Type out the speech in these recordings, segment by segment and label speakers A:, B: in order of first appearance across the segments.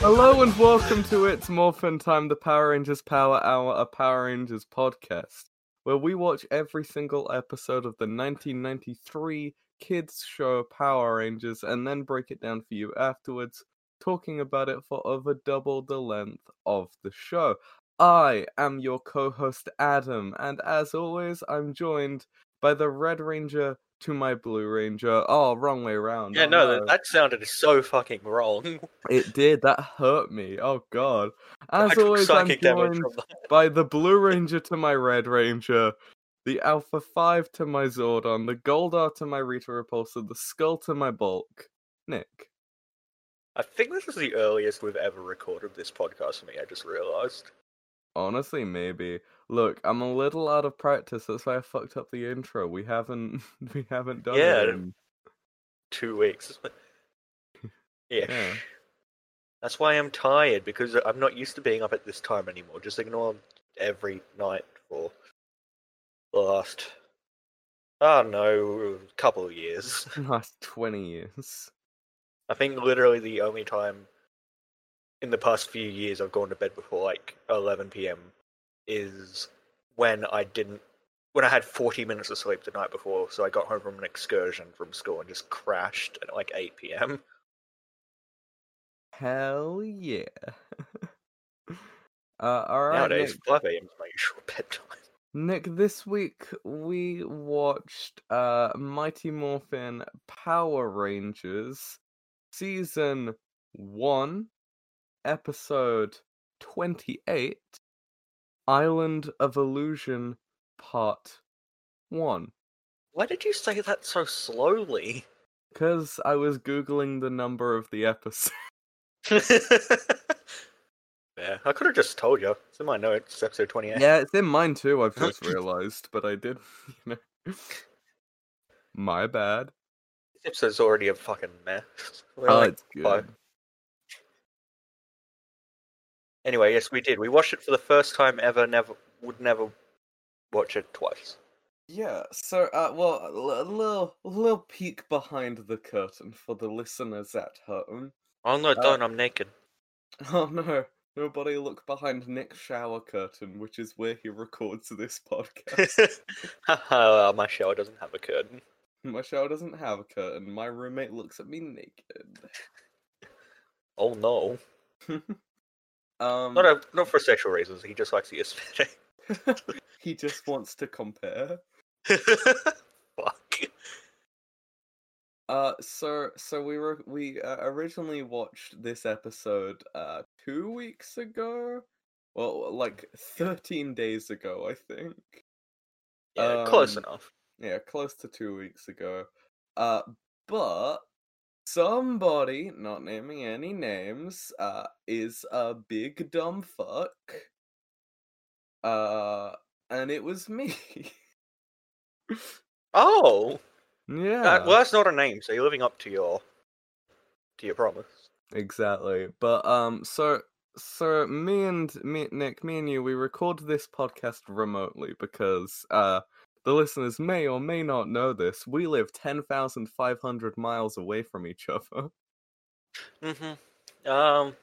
A: Hello and welcome to It's Morphin Time, the Power Rangers Power Hour, a Power Rangers podcast, where we watch every single episode of the 1993 kids show Power Rangers and then break it down for you afterwards, talking about it for over double the length of the show. I am your co host, Adam, and as always, I'm joined by the Red Ranger to my Blue Ranger. Oh, wrong way around.
B: Yeah,
A: Oh,
B: no, that, that sounded so fucking wrong.
A: It did. That hurt me. Oh god.
B: I
A: As
B: took
A: always, I'm
B: psychic damage
A: joined
B: from that.
A: by the Blue Ranger to my Red Ranger, the Alpha Five to my Zordon, the Goldar to my Rita Repulsa, the Skull to my Bulk. Nick.
B: I think this is the earliest we've ever recorded this podcast for me, I just realised.
A: Honestly, maybe. Look, I'm a little out of practice. That's why I fucked up the intro. We haven't we haven't done
B: Yeah.
A: it. in-
B: Two weeks. Ish.
A: Yeah.
B: That's why I'm tired, because I'm not used to being up at this time anymore. Just ignore every night for the last, I don't know, couple of years.
A: Last twenty years.
B: I think literally the only time in the past few years I've gone to bed before like 11 p.m. is when I didn't when I had 40 minutes of sleep the night before, so I got home from an excursion from school and just crashed at like 8 p.m.
A: Hell yeah. uh, all right.
B: Nowadays,
A: Nick.
B: 5 a.m. is my usual bedtime.
A: Nick, this week we watched uh Mighty Morphin Power Rangers season 1 episode 28 Island of Illusion part 1
B: Why did you say that so slowly?
A: cuz I was googling the number of the episode.
B: yeah, I could have just told you. It's in my notes, episode 28.
A: Yeah, it's in mine too, I've just realized, but I did, you know. My bad.
B: This episode's already a fucking mess. We're
A: Oh,
B: like
A: it's
B: five-
A: good.
B: Anyway, yes, we did. We watched it for the first time ever. Never would never watch it twice.
A: Yeah, so uh, well, a l- a little, a little peek behind the curtain for the listeners at home.
B: Oh no,
A: Uh,
B: don't! I'm naked.
A: Oh no, nobody look behind Nick's shower curtain, which is where he records this podcast.
B: Haha, My shower doesn't have a curtain.
A: my shower doesn't have a curtain. My roommate looks at me naked.
B: Oh no!
A: um,
B: Not a, not for sexual reasons. He just likes the aesthetic.
A: he just wants to compare.
B: Fuck.
A: Uh, so so we were we uh, originally watched this episode uh two weeks ago, well like thirteen days ago I think.
B: Yeah, close
A: Um,
B: enough.
A: Yeah, close to two weeks ago. Uh, but somebody, not naming any names, uh, is a big dumb fuck. Uh, and it was me.
B: Oh,
A: yeah.
B: that- well, that's not a name. So you're living up to your to your promise.
A: Exactly. But um so so me and me Nick, me and you, we record this podcast remotely because uh the listeners may or may not know this. We live ten thousand five hundred miles away from each other.
B: Mm-hmm. Um,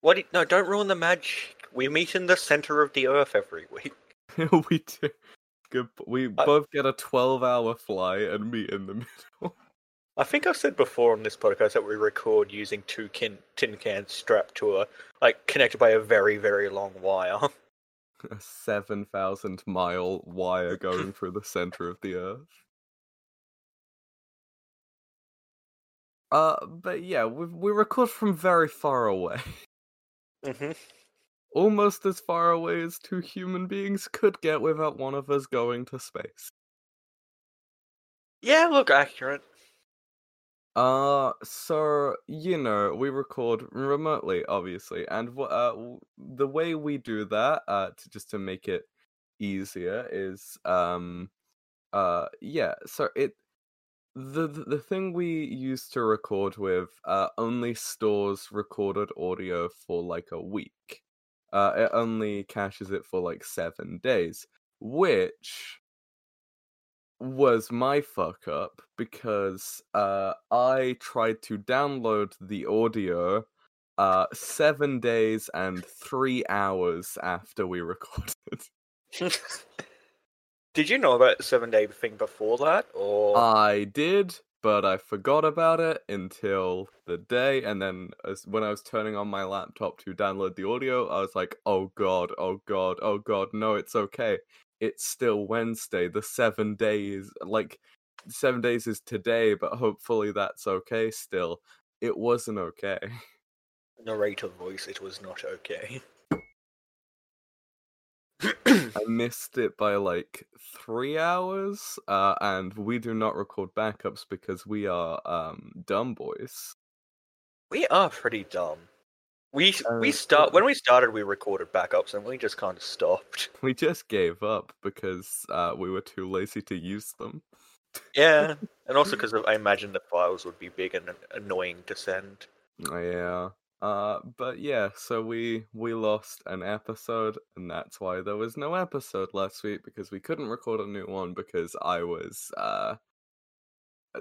B: what? Do, no, don't ruin the magic. We meet in the center of the earth every week.
A: we do good we
B: I-
A: both get a twelve hour flight and meet in the middle.
B: I think I've said before on this podcast that we record using two kin- tin cans strapped to a, like, connected by a very, very long wire.
A: A seven thousand mile wire going through the center of the earth. Uh, but yeah, we we record from very far away,
B: Mm-hmm.
A: almost as far away as two human beings could get without one of us going to space.
B: Yeah, look, accurate.
A: Uh, so you know, we record remotely, obviously, and wh- uh, w- the way we do that, uh, to, just to make it easier, is um, uh, yeah. So it the the the thing we use to record with uh only stores recorded audio for like a week. Uh, it only caches it for like seven days, which was my fuck up because uh, I tried to download the audio uh, seven days and three hours after we recorded.
B: Did you know about the seven day thing before that, or
A: I did, but I forgot about it until the day, and then as, when I was turning on my laptop to download the audio, I was like, "Oh god, oh god, oh god, no, it's okay. It's still Wednesday. The seven days, like seven days, is today, but hopefully that's okay still." It wasn't okay.
B: narrator voice? It was not okay.
A: I missed it by like three hours, uh, and we do not record backups because we are um, dumb boys.
B: we are pretty dumb. We
A: Uh,
B: we start when we started, we recorded backups, and we just kind of stopped.
A: We just gave up because uh, we were too lazy to use them.
B: Yeah, and also because I imagine the files would be big and annoying to send.
A: Yeah. Uh, but yeah, so we we lost an episode, and that's why there was no episode last week because we couldn't record a new one because I was uh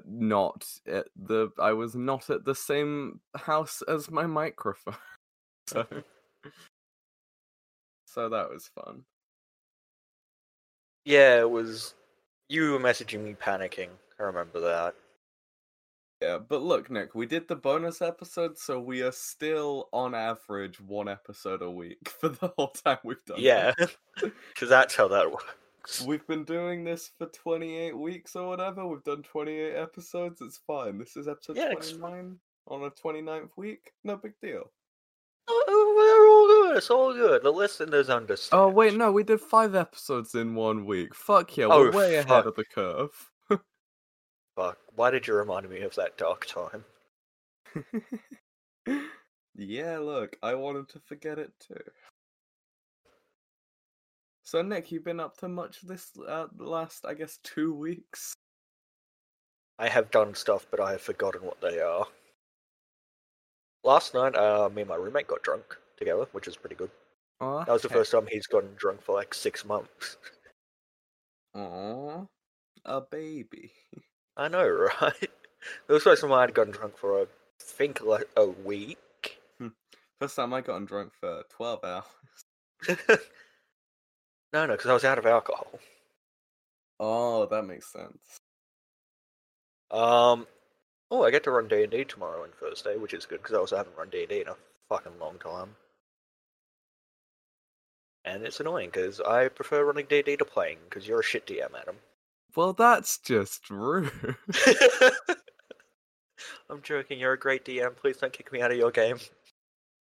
A: not at the I was not at the same house as my microphone. so so that was fun.
B: Yeah, it was. You were messaging me panicking. I remember that.
A: Yeah, but look, Nick, we did the bonus episode, so we are still on average one episode a week for the whole time we've done. this.
B: Yeah, because that's how that works.
A: We've been doing this for 28 weeks or whatever. We've done 28 episodes. It's fine. This is episode
B: Yeah, it's-
A: 29 on a 29th week. No big deal.
B: Oh, oh, We're all good. It's all good. The listeners understand.
A: Oh, wait, no, we did five episodes in one week. Fuck yeah,
B: Oh,
A: we're way ahead of the curve.
B: Fuck. Why did you remind me of that dark time?
A: yeah, look, I wanted to forget it too. So, Nick, you've been up to much this uh, last, I guess, two weeks?
B: I have done stuff, but I have forgotten what they are. Last night, uh, me and my roommate got drunk together, which is pretty good.
A: Oh,
B: That was the first time he's gotten drunk for like six months.
A: Aww, a baby.
B: I know, right? There was first time I had gotten drunk for I think like a week.
A: First time I gotten drunk for 12 hours.
B: no, no, because I was out of alcohol.
A: Oh, that makes sense.
B: Um, oh, I get to run D and D tomorrow and Thursday, which is good because I also haven't run D and D in a fucking long time. And it's annoying because I prefer running D and D to playing because you're a shit DM, Adam.
A: Well, that's just rude.
B: I'm joking. You're a great DM. Please don't kick me out of your game.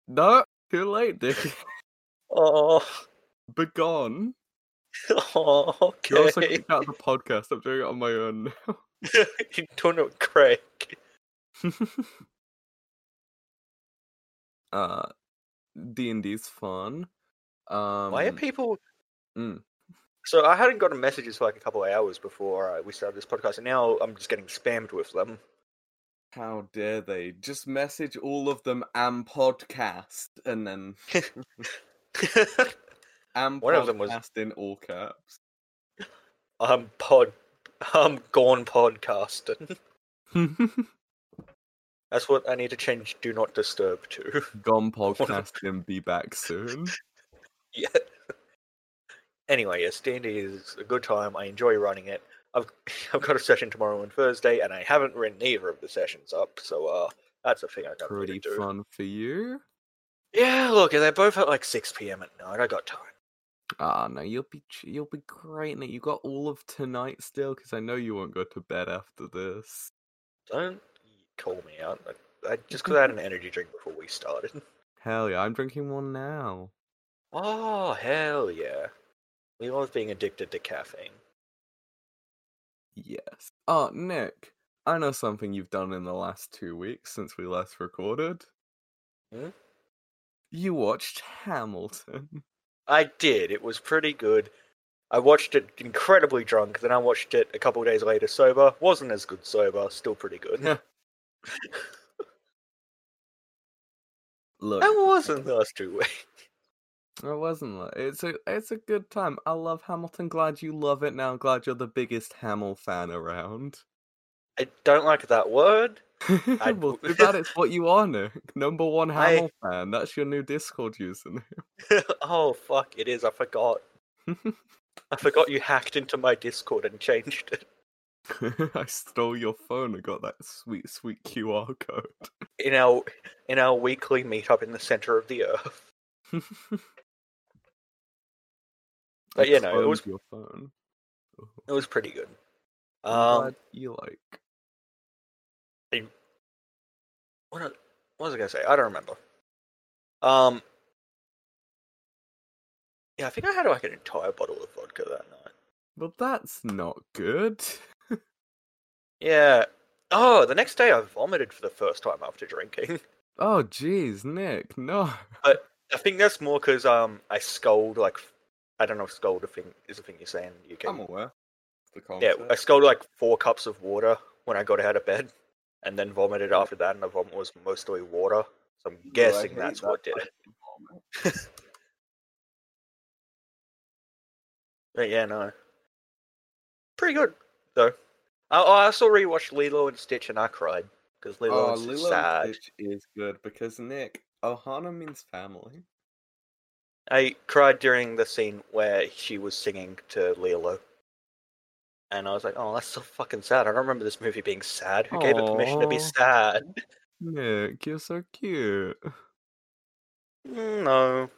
A: no, too late, Dick.
B: Oh,
A: Begone.
B: oh,
A: You're also
B: okay.
A: kicked out of the podcast. I'm doing it on my own
B: you don't know Craig.
A: now. uh, D&D's fun. Um,
B: Why are people?
A: mm.
B: So I hadn't gotten messages for like a couple of hours before uh, we started this podcast, and now I'm just getting spammed with them.
A: How dare they? Just message all of them and podcast, and then and
B: One of them was-
A: podcast in all caps.
B: I'm pod. I'm gone podcasting. That's what I need to change. Do not disturb to.
A: Gone podcast and be back soon.
B: yeah. Anyway, yes, D and D is a good time. I enjoy running it. I've I've got a session tomorrow and Thursday, and I haven't written either of the sessions up. So uh, that's a thing I got
A: Pretty
B: to do.
A: fun for you.
B: Yeah, look, they're both at like six p.m. at night. I got time.
A: Ah, no, you'll be ch- you'll be great, Nick. You got all of tonight still, because I know you won't go to bed after this.
B: Don't call me out. I, I, just because I had an energy drink before we started.
A: Hell yeah, I'm drinking one now.
B: Oh hell yeah! We love being addicted to caffeine.
A: Yes. Oh, Nick, I know something you've done in the last two weeks since we last recorded.
B: Hmm?
A: You watched Hamilton.
B: I did. It was pretty good. I watched it incredibly drunk, then I watched it a couple days later sober. Wasn't as good sober, still pretty good.
A: Look,
B: I was in the last two weeks.
A: It wasn't. li- It's a it's a good time. I love Hamilton. Glad you love it now. Glad you're the biggest Hamill fan around.
B: I don't like that word. I-
A: well, too bad it's what you are, Nick. Number one
B: I-
A: Hamill fan. That's your new Discord username.
B: oh fuck, it is. I forgot. I forgot you hacked into my Discord and changed it.
A: I stole your phone and got that sweet, sweet QR code.
B: In our in our weekly meetup in the center of the earth. But,
A: I
B: you know, it was-
A: cloned your phone.
B: It was pretty good.
A: I'm
B: Um
A: glad you like.
B: what, I- what was I gonna say? I don't remember. Um Yeah, I think I had like an entire bottle of vodka that night.
A: Well, that's not good.
B: Yeah. Oh, the next day I vomited for the first time after drinking.
A: Oh, jeez, Nick, no.
B: I think that's more because um I scold like f- I don't know if scold a thing is a thing you say in the UK.
A: aware. The
B: yeah, I scolded like four cups of water when I got out of bed, and then vomited after that, and the vomit was mostly water. So I'm guessing that's what did it. But yeah, no, pretty good though. I, oh, I also rewatched Lilo and Stitch, and I cried because Lilo
A: Oh,
B: and Stitch
A: Lilo
B: is sad.
A: and Stitch is good because Nick, Ohana means family.
B: I cried during the scene where she was singing to Lilo. And I was like, oh, that's so fucking sad. I don't remember this movie being sad. Who gave it permission to be
A: Aw.
B: sad?
A: Nick, you're so cute.
B: Mm, No.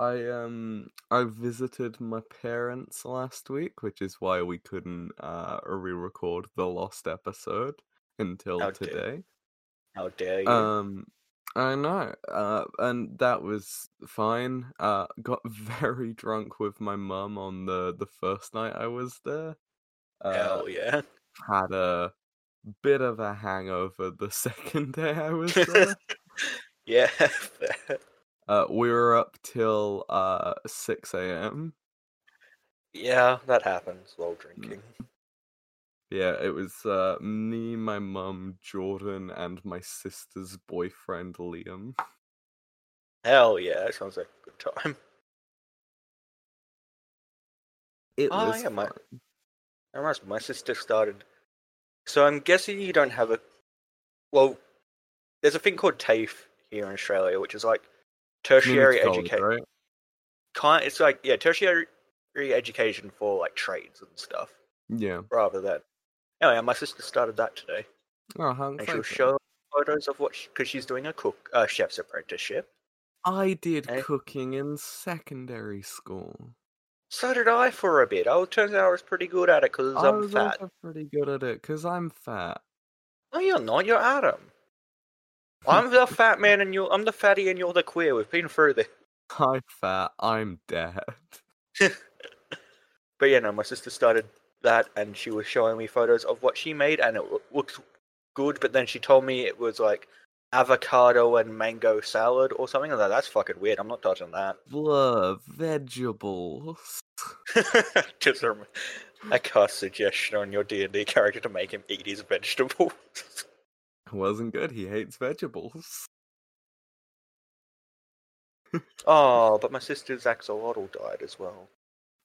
A: I um I visited my parents last week, which is why we couldn't uh re-record the lost episode until
B: How dare-
A: today.
B: How dare you?
A: Um I know. Uh and that was fine. Uh got very drunk with my mum on the the first night I was there. Uh
B: Hell yeah.
A: had a bit of a hangover the second day I was there.
B: yeah.
A: Uh, we were up till uh, 6 a.m.
B: yeah, that happens while drinking.
A: mm. Yeah, it was uh, me, my mum, Jordan, and my sister's boyfriend, Liam.
B: Hell yeah, that sounds like a good time.
A: It
B: Oh,
A: was
B: yeah, my-
A: fun.
B: That reminds me, my sister started. So I'm guessing you don't have a. Well, there's a thing called TAFE here in Australia, which is like tertiary
A: Community college,
B: education.
A: right?
B: kind it's like yeah tertiary education for like trades and stuff
A: Yeah.
B: rather than anyway my sister started that today
A: Oh, how
B: and she'll
A: exciting.
B: show photos of what because she's doing a cook uh, chef's apprenticeship
A: I did
B: Eh?
A: cooking in secondary school.
B: so did i for a bit oh turns out i was pretty good at it because
A: I
B: i'm
A: was
B: fat
A: also pretty good at it because I'm fat.
B: no you're not you're adam i'm the fat man and you're i'm the fatty and you're the queer we've been through this
A: I'm fat. I'm dead.
B: but yeah no my sister started that and she was showing me photos of what she made and it w- looked good but then she told me it was like avocado and mango salad or something I was like that's fucking weird i'm not touching that
A: Blah, vegetables.
B: just a, rem- a cast suggestion on your d&d character to make him eat his vegetables
A: Wasn't good. He hates vegetables.
B: oh but my sister's axolotl died as well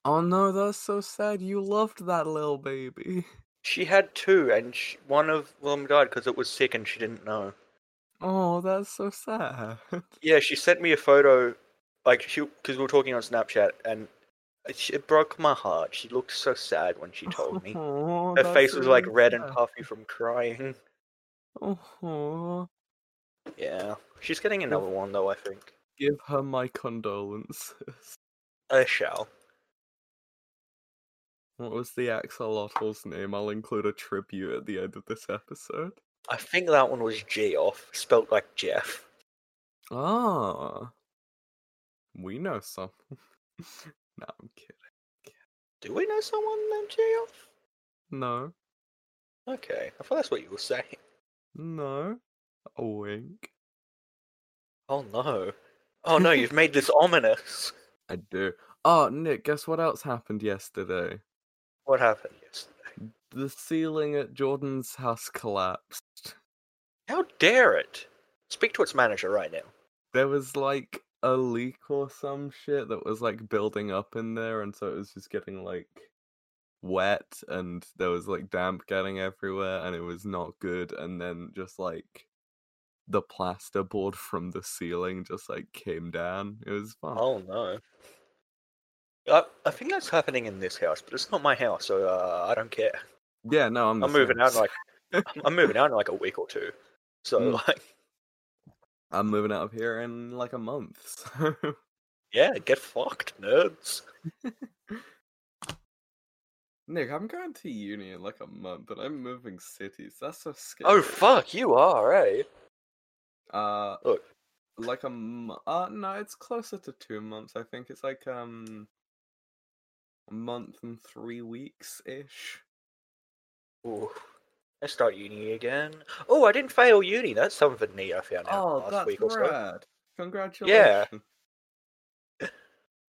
A: Oh no, that's so sad. You loved that little baby.
B: she had two and sh one of them died because it was sick and she didn't know
A: Oh, that's so sad.
B: Yeah, she sent me a photo, like she because we were talking on Snapchat, and it sh- it broke my heart. She looked so sad when she told me.
A: Aw,
B: Her
A: Oh, that's
B: face was like
A: really
B: red and
A: sad.
B: puffy from crying.
A: Aw,
B: Yeah, she's getting another one though. I think
A: give her my condolences.
B: I shall.
A: What was the axolotl's name? I'll include a tribute at the end of this episode.
B: I think that one was G off, spelt like Jeff.
A: Ah, we know some. no, I'm kidding.
B: Do we know someone named G off?
A: No,
B: Okay, I thought that's what you were saying.
A: no, a wink.
B: Oh no! Oh no! You've made this ominous.
A: I do. Oh, Nick, guess what else happened yesterday?
B: What happened? Yes.
A: the ceiling at Jordan's house collapsed.
B: How dare it! Speak to its manager right now.
A: there was like a leak or some shit that was like building up in there, and so it was just getting like wet, and there was like damp getting everywhere, and it was not good. And then just like the plasterboard from the ceiling just like came down. It was fun.
B: Oh no. I, I think that's happening in this house, but it's not my house, so uh, I don't care.
A: Yeah, no, I'm. the
B: I'm moving
A: same.
B: out in like I'm- I'm moving out in like a week or two. So
A: Mm.
B: like,
A: I'm moving out of here in like a month. So
B: yeah, get fucked, nerds.
A: Nick, I'm going to uni in like a month, and I'm moving cities. That's so scary.
B: Oh fuck, you are eh?
A: Uh,
B: Look.
A: like a m- uh no, it's closer to two months. I think it's like um a month and three weeks ish.
B: Ooh. I start uni again. Oh, I didn't fail uni. That's something neat I found out
A: Oh,
B: last
A: that's
B: week or so.
A: rad! Congratulations.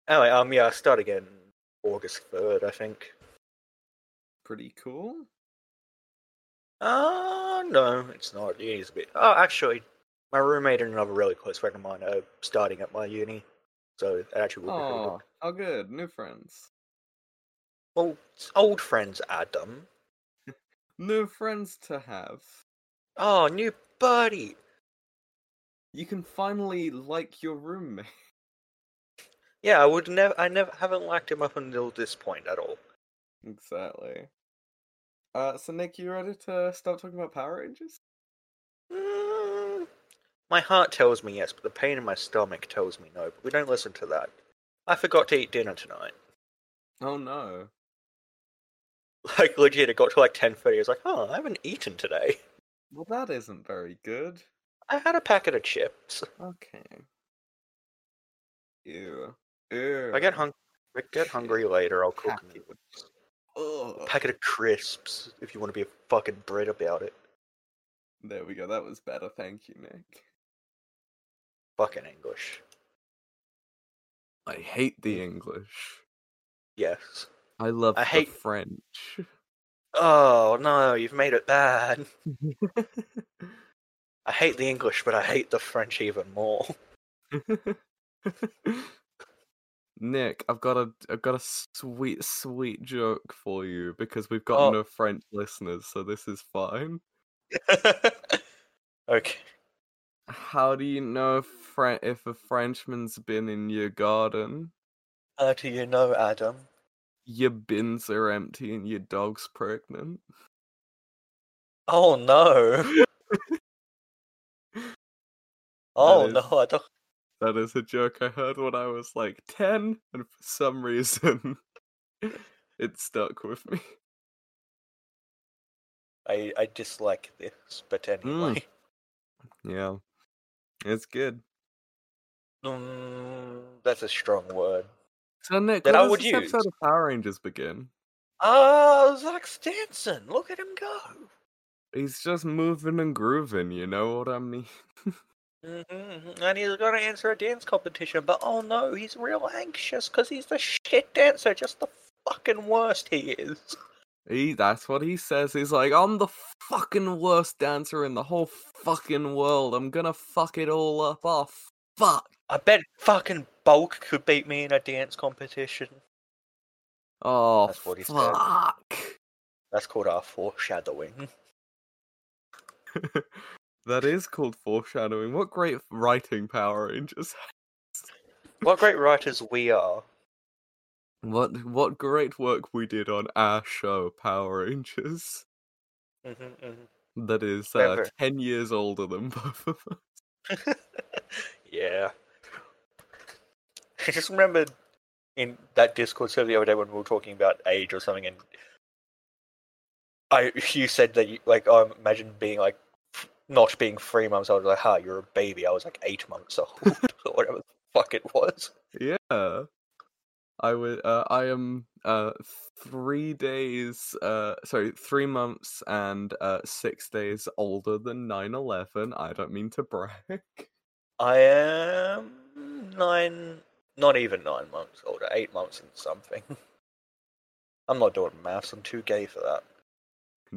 B: Anyway, um, yeah, I start again August third, I think.
A: pretty cool.
B: Uh no, it's not. Uni's a bit. Oh, actually, my roommate and another really close friend of mine are starting at my uni, so it actually will be pretty good.
A: Oh, how good! New friends,
B: Well, it's old friends, Adam.
A: new friends to have.
B: Oh, new buddy.
A: You can finally like your roommate.
B: Yeah, I would never. I never haven't liked him up until this point at all.
A: Exactly. Uh, so Nick, you ready to stop talking about Power Rangers?
B: Mm, my heart tells me yes, but the pain in my stomach tells me no. But we don't listen to that. I forgot to eat dinner tonight.
A: Oh no.
B: Like legit, it got to like ten thirty. I was like, oh, I haven't eaten today.
A: Well, that isn't very good.
B: I had a packet of chips.
A: Okay. Ew. Ew.
B: If I get hung. If I get hungry later, I'll cook
A: Packet.
B: me a
A: Ugh.
B: packet of crisps. If you want to be a fucking Brit about it,
A: There we go. That was better. Thank you, Nick.
B: fucking English.
A: I hate the English.
B: Yes.
A: I love
B: I hate-
A: the French.
B: Oh no, you've made it bad. I hate the English, but I hate the French even more.
A: Nick, I've got a I've got a sweet sweet joke for you because we've got
B: Oh.
A: no French listeners, so this is fine.
B: okay.
A: How do you know if, Fren- if a Frenchman's been in your garden?
B: How Uh, do you know, Adam?
A: Your bins are empty and your dog's pregnant.
B: Oh no. oh
A: That
B: no, I don't.
A: That is a joke I heard when I was like 10, and for some reason, it stuck with me.
B: I, I dislike this, but anyway.
A: Yeah. It's good.
B: Hmm. Mm, that's a strong word.
A: So, Nick,
B: That
A: when
B: I
A: does
B: would
A: this episode
B: use.
A: of Power Rangers begin?
B: Oh, Zach Stanson, look at him go.
A: He's just moving and grooving, you know what I mean?
B: hmm And he's going to answer a dance competition, but oh no, he's real anxious because he's the shit dancer, just the fucking worst he is.
A: He, that's what he says. He's like, I'm the fucking worst dancer in the whole fucking world. I'm gonna fuck it all up. Oh, fuck.
B: I bet fucking Bulk could beat me in a dance competition.
A: Oh,
B: That's what he said.
A: fuck.
B: That's called our foreshadowing.
A: that is called foreshadowing. What great writing Power Rangers.
B: what great writers we are.
A: What what great work we did on our show, Power Rangers.
B: hmm
A: That is uh,
B: Clever.
A: ten years older than both of us.
B: yeah. I just remembered in that Discord server the other day when we were talking about age or something, and I you said that you like I imagine being like f- not being three months old. Like, ha, you're a baby. I was like eight months old, or whatever the fuck it was.
A: Yeah. I would. Uh, I am uh, three days. Uh, sorry, three months and uh, six days older than 9-11. I don't mean to brag.
B: I am nine, not even nine months older, eight months and something. I'm not doing maths. I'm too gay for that.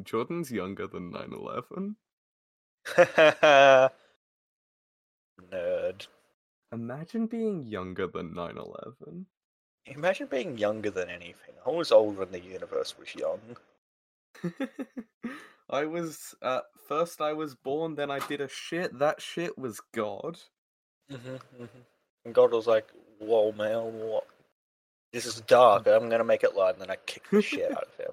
A: Jordan's younger than 9-11.
B: Nerd.
A: Imagine being younger than 9 11.
B: Imagine being younger than anything. I was old when the universe was young.
A: I was, uh, first I was born, then I did a shit. That shit was God. Mm-hmm,
B: And God was like, "Whoa, man, what? This is dark. I'm gonna make it light." And then I kicked the shit out of him.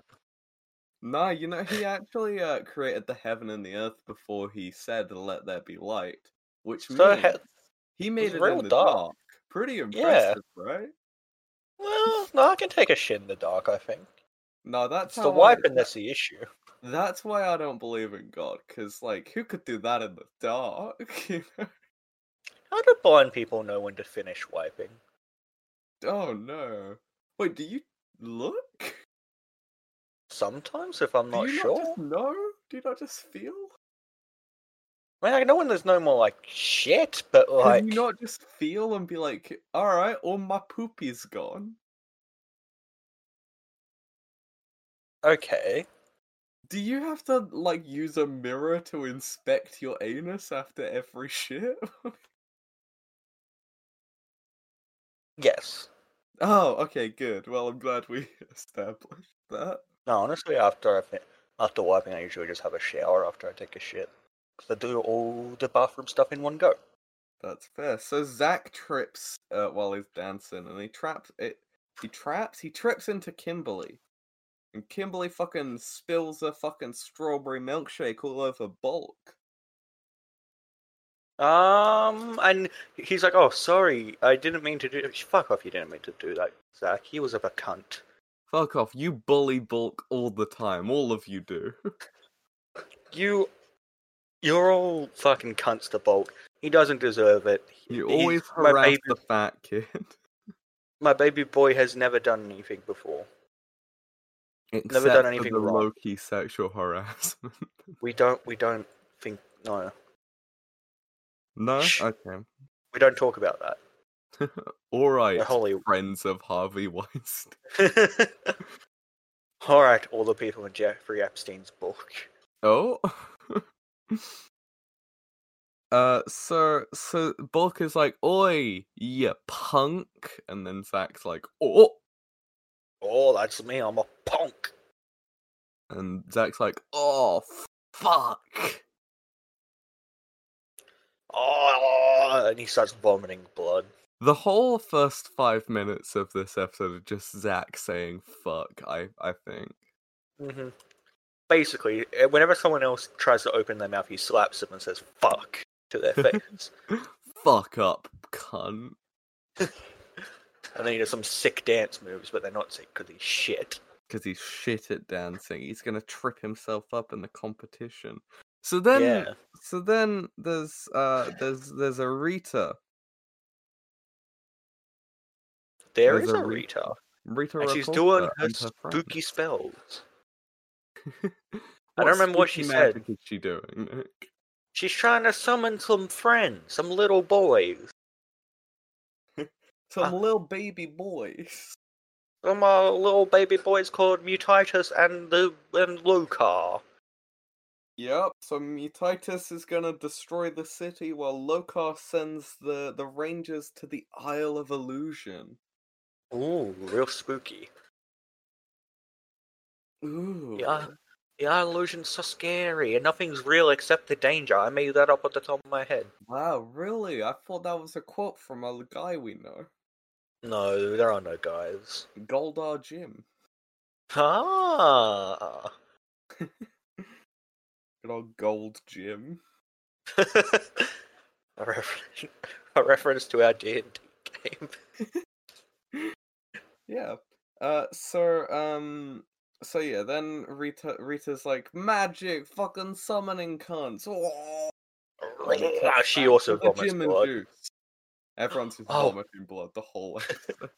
A: Nah, you know, he actually uh, created the heaven and the earth before he said, Let there be light, which
B: So
A: means
B: he-
A: he made it
B: real
A: in the dark.
B: dark.
A: Pretty impressive, right?
B: well, no, I can take a shit in the dark. I think
A: No,
B: it's
A: that's
B: the
A: how I-
B: wiping that's the issue.
A: That's why I don't believe in God, because like, who could do that in the dark? you know?
B: How do blind people know when to finish wiping?
A: oh no! Wait, do you look?
B: Sometimes, if I'm not
A: do you
B: sure,
A: not just know? Do you not just feel?
B: I mean, I know when there's no more like shit, but like,
A: Can you not just feel and be like, all right, all my poop is gone?
B: okay,
A: Do you have to like use a mirror to inspect your anus after every shit?
B: yes.
A: oh, okay, good. Well, I'm glad we established that.
B: No, honestly, after I fin- after wiping, I usually just have a shower after I take a shit because I do all the bathroom stuff in one go.
A: That's fair. So Zach trips uh, while he's dancing, and he traps it. He traps. He trips into Kimberly, and Kimberly fucking spills a fucking strawberry milkshake all over Bulk.
B: Um, and he's like, "Oh, sorry, I didn't mean to do." Fuck off! You didn't mean to do that, Zach. He was a cunt.
A: Fuck off! You bully Bulk all the time. All of you do.
B: You, you're all fucking cunts to Bulk. He doesn't deserve it.
A: You
B: He's-
A: always
B: my
A: harass
B: baby,
A: the fat kid,
B: my baby boy has never done anything before.
A: except
B: done
A: for
B: anything
A: the
B: wrong.
A: low key sexual harassment.
B: We don't. We don't think. No,
A: no,
B: Shh.
A: okay.
B: we don't talk about that.
A: All right,
B: We're holy.
A: friends of Harvey Weinstein.
B: all right, all the people in Jeffrey Epstein's book.
A: Oh. uh, so so Bulk is like, "Oi, you punk," and then Zach's like, "Oh,"
B: Oh, that's me. I'm a punk.
A: and Zach's like, "Oh, fuck."
B: Oh, and he starts vomiting blood.
A: The whole first five minutes of this episode are just Zach saying "fuck." I I think.
B: hmm Basically, eh, whenever someone else tries to open their mouth, he slaps them and says "fuck" to their face,
A: Fuck up, cunt.
B: and then he does some sick dance moves, but they're not sick because he's shit.
A: Because he's shit at dancing. He's gonna trip himself up in the competition. So then
B: yeah,
A: so then there's uh there's there's a Rita.
B: there
A: there's
B: is
A: a
B: a
A: re-
B: Rita,
A: Rita
B: and she's
A: Repulsa
B: doing her
A: and friend.
B: spooky spells.
A: What
B: I don't remember what
A: spooky
B: she said.
A: magic Is she doing? Nick?
B: She's trying to summon some friends, some little boys,
A: Some
B: Uh,
A: little baby boys.
B: some uh, little baby boys called Mutitus and the and Lucar.
A: Yep. So Mutitus is gonna destroy the city while Lokar sends the the Rangers to the Isle of Illusion.
B: Ooh, real spooky.
A: Ooh.
B: Yeah. The illusion's so scary, and nothing's real except the danger. I made that up at the top of my head.
A: Wow. Really? I thought that was a quote from a guy we know,
B: No, there are no guys.
A: Goldar Jim.
B: Ah!
A: Good old Gold Jim.
B: a, refer- a reference to our D&D game.
A: Yeah. Uh so um so yeah, then Rita Rita's like magic fucking summoning cunts. Oh, and it
B: Ah,
A: cuts
B: she
A: back
B: also
A: to the
B: vomits
A: gym and
B: blood.
A: juice. Everyone's just
B: Oh.
A: vomiting blood the whole episode.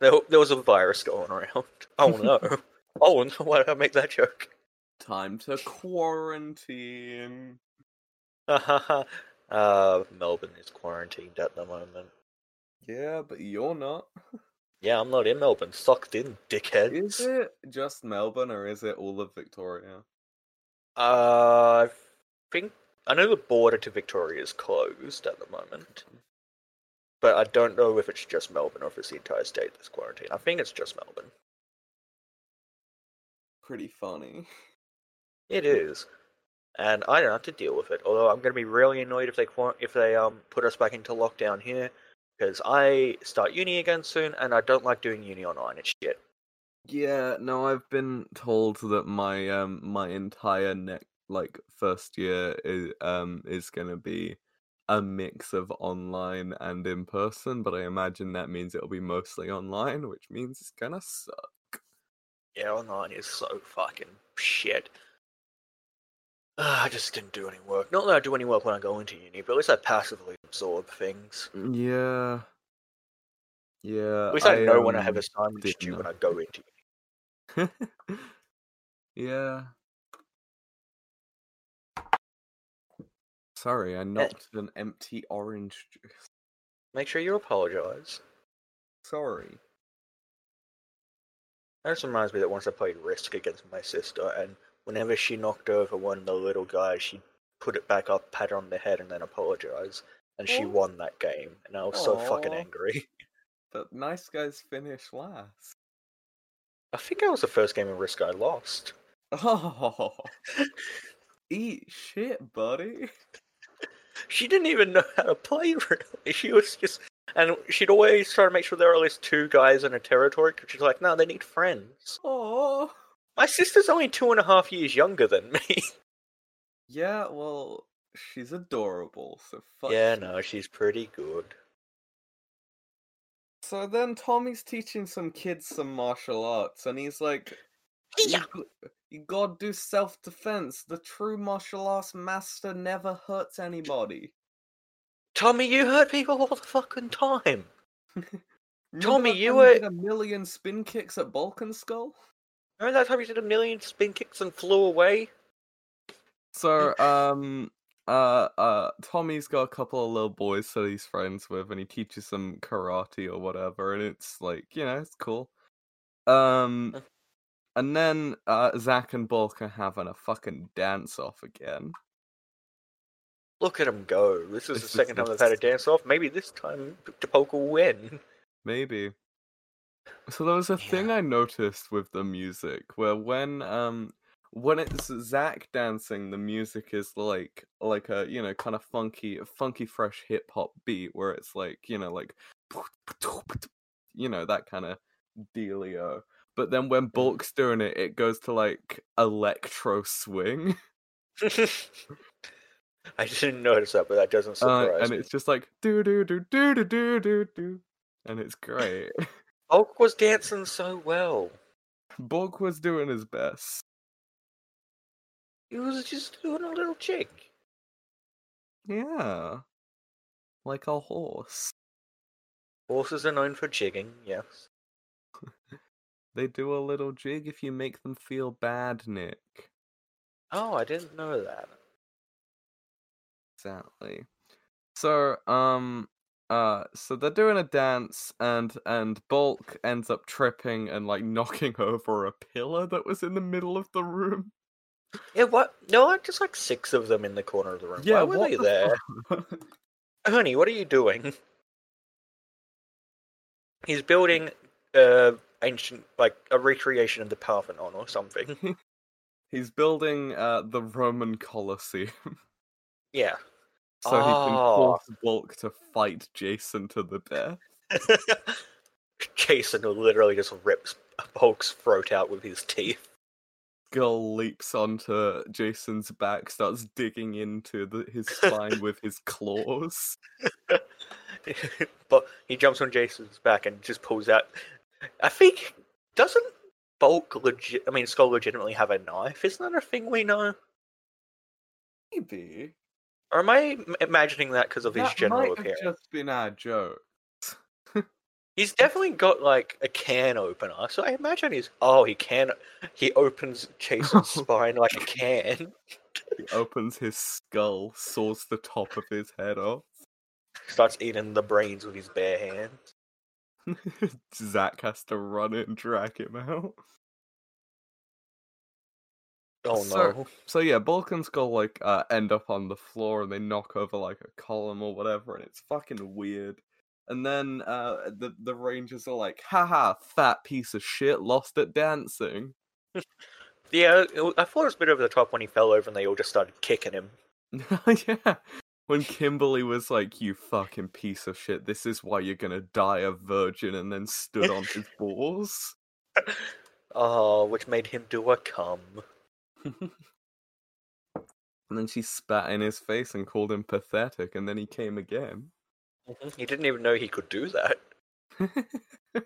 B: there, there was a virus going around. Oh no. oh no, why did I make that joke?
A: Time to quarantine.
B: uh, Melbourne is quarantined at the moment.
A: Yeah, but you're not.
B: Yeah, I'm not in Melbourne. Sucked in, dickheads.
A: Is it just Melbourne or is it all of Victoria?
B: Uh, I think I know the border to Victoria is closed at the moment. But I don't know if it's just Melbourne or if it's the entire state that's quarantined. I think it's just Melbourne.
A: Pretty funny.
B: It is, and I don't have to deal with it. Although I'm going to be really annoyed if they quar- if they um put us back into lockdown here because I start uni again soon, and I don't like doing uni online. It's shit.
A: Yeah, no, I've been told that my um my entire neck like first year is um is gonna be a mix of online and in person, but I imagine that means it'll be mostly online, which means it's gonna suck.
B: Yeah, online is so fucking shit. Ah, I just didn't do any work. Not that I do any work when I go into uni, but at least I passively absorb things.
A: Mm, Yeah. Yeah.
B: At least I, know when I have
A: um,
B: assignments
A: did
B: due when I
A: not.
B: go into uni. Eh
A: yeah. Sorry, I knocked an empty orange juice.
B: Make sure you apologise.
A: Sorry.
B: That just reminds me that once I played Risk against my sister, and whenever she knocked over one of the little guys, she put it back up, pat her on the head, and then apologise. And she
A: Aw.
B: won that game, and I was so fucking
A: Aw.
B: angry.
A: But nice guys finish last.
B: I think that was the first game of Risk I lost.
A: Oh. Eat shit, buddy.
B: She didn't even know how to play, really. She was just. And she'd always try to make sure there were at least two guys in her territory, because she's like, no, they need friends.
A: Oh.
B: My sister's only two and a half years younger than me.
A: Yeah, well, she's adorable, so fuck.
B: yeah,
A: you.
B: no, she's pretty good.
A: So then Tommy's teaching some kids some martial arts, and he's like,
B: Yeah.
A: You, g- you gotta do self defense. The true martial arts master never hurts anybody.
B: Tommy, you hurt people all the fucking time.
A: Remember
B: Tommy,
A: that
B: you
A: time he
B: were-
A: did a million spin kicks at Balkan Skull.
B: Remember that time you did a million spin kicks and flew away?
A: So, um, uh, uh, Tommy's got a couple of little boys that he's friends with, and he teaches them karate or whatever, and it's like, you know, it's cool. Um,
B: Mm.
A: and then uh, Zach and Bulk are having a fucking dance off again.
B: Look at him go. This is
A: This is-
B: the second time they've had a
A: this-
B: dance off. Maybe this time Topolka will win.
A: Maybe. So there was a thing I noticed with the music where when um when it's Zach dancing, the music is like like a you know kind of funky funky fresh hip hop beat where it's like you know like you know that kind of dealio. But then when Bulk's doing it, it goes to like electro swing.
B: I didn't notice that, but that doesn't
A: Uh,
B: surprise
A: and
B: me.
A: it's just like do do do do do do do do and it's great.
B: Hulk was dancing so well.
A: Bulk was doing his best.
B: He was just doing a little jig.
A: Yeah. Like a horse.
B: Horses are known for jigging, yes.
A: They do a little jig if you make them feel bad, Nick.
B: Oh, I didn't know that.
A: Exactly. So, um uh so they're doing a dance and and Bulk ends up tripping and like knocking over a pillar that was in the middle of the room.
B: Yeah, what? No, I just like six of them in the corner of the room. Why were
A: what
B: they
A: the
B: there?
A: fuck?
B: Ernie, what are you doing? He's building uh ancient like a recreation of the Parthenon or something.
A: He's building uh the Roman Colosseum
B: Yeah.
A: so he can
B: Ah.
A: force Bulk to fight Jason to the death.
B: Jason literally just rips Hulk's throat out with his teeth.
A: girl leaps onto Jason's back, starts digging into the, his spine with his claws.
B: but he jumps on Jason's back and just pulls out I think doesn't Bulk legit I mean Skull legitimately have a knife? Isn't that a thing we know?
A: Maybe
B: Or am I m- imagining that because of his
A: that
B: general
A: might have
B: appearance?
A: just been our joke.
B: He's definitely got like a can opener, so I imagine he's oh he can he opens Jason's spine like a can.
A: He opens his skull, saws the top of his head off.
B: Starts eating the brains with his bare hands.
A: Zach has to run and drag him out.
B: Oh
A: So-
B: no!
A: So yeah, Bulk and Skull like uh, end up on the floor and they knock over like a column or whatever, and it's fucking weird. And then uh, the the Rangers are like, haha, fat piece of shit, lost at dancing.
B: Yeah, it- I thought it was a bit over the top when he fell over and they all just started kicking him.
A: yeah. When Kimberly was like, you fucking piece of shit, this is why you're gonna die a virgin, and then stood on his balls.
B: Oh, which made him do a cum.
A: And then she spat in his face and called him pathetic, and then he came again.
B: He didn't even know he could do that.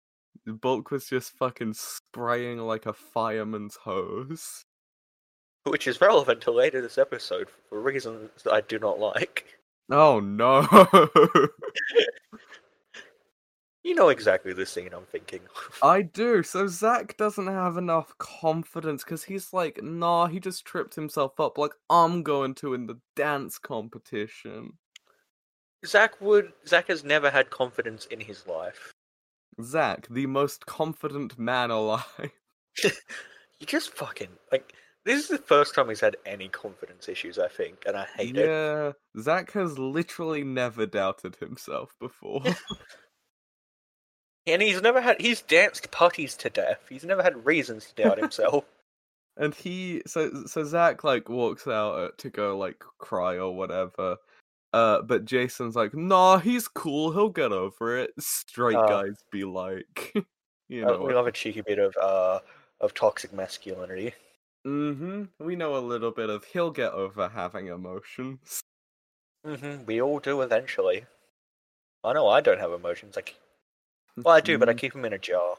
A: Bulk was just fucking spraying like a fireman's hose.
B: Which is relevant to later this episode for reasons that I do not like.
A: Oh no!
B: You know exactly the scene I'm thinking of.
A: I do. So Zach doesn't have enough confidence because he's like, nah, he just tripped himself up like I'm going to in the dance competition.
B: Zach would Zach has never had confidence in his life.
A: Zach, the most confident man alive.
B: You just fucking like this is the first time he's had any confidence issues, I think, and I hate it.
A: yeah, Zach has literally never doubted himself before.
B: And he's never had he's danced putties to death. He's never had reasons to doubt himself.
A: and he so so Zach like walks out uh, to go like cry or whatever. Uh, but Jason's like, nah, he's cool. He'll get over it. Straight
B: Oh.
A: guys be like, you
B: Uh,
A: know.
B: we love a cheeky bit of uh of toxic masculinity.
A: Mm-hmm. We know a little bit of he'll get over having emotions.
B: hmm We all do eventually. I know I don't have emotions. Like, well, I do, but I
A: Mm,
B: keep them in a jar.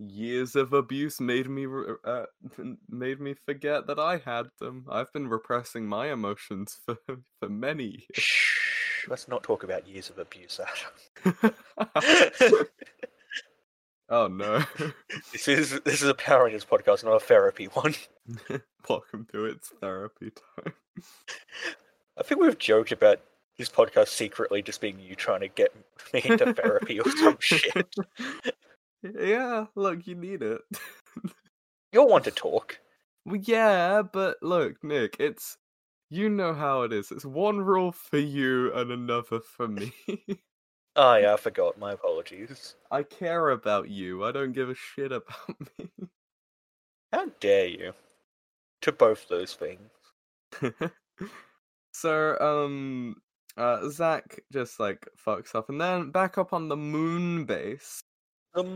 A: Years of abuse made me re- uh, n- made me forget that I had them. I've been repressing my emotions for for many
B: Shh. Let's not talk about years of abuse.
A: years.
B: Adam.
A: oh no!
B: this is this is a Power Rangers podcast, not a therapy one.
A: Welcome to its therapy time.
B: I think we've joked about this podcast secretly just being you trying to get me into therapy or some shit.
A: yeah, look, you need it.
B: You'll want to talk.
A: Well, yeah, but look, Nick, it's you know how it is. It's one rule for you and another for me.
B: Oh yeah, I forgot. My apologies.
A: I care about you. I don't give a shit about me.
B: How dare you? To both those things.
A: so, um, uh, Zach just like fucks up, and then back up on the moon base. Uh,
B: The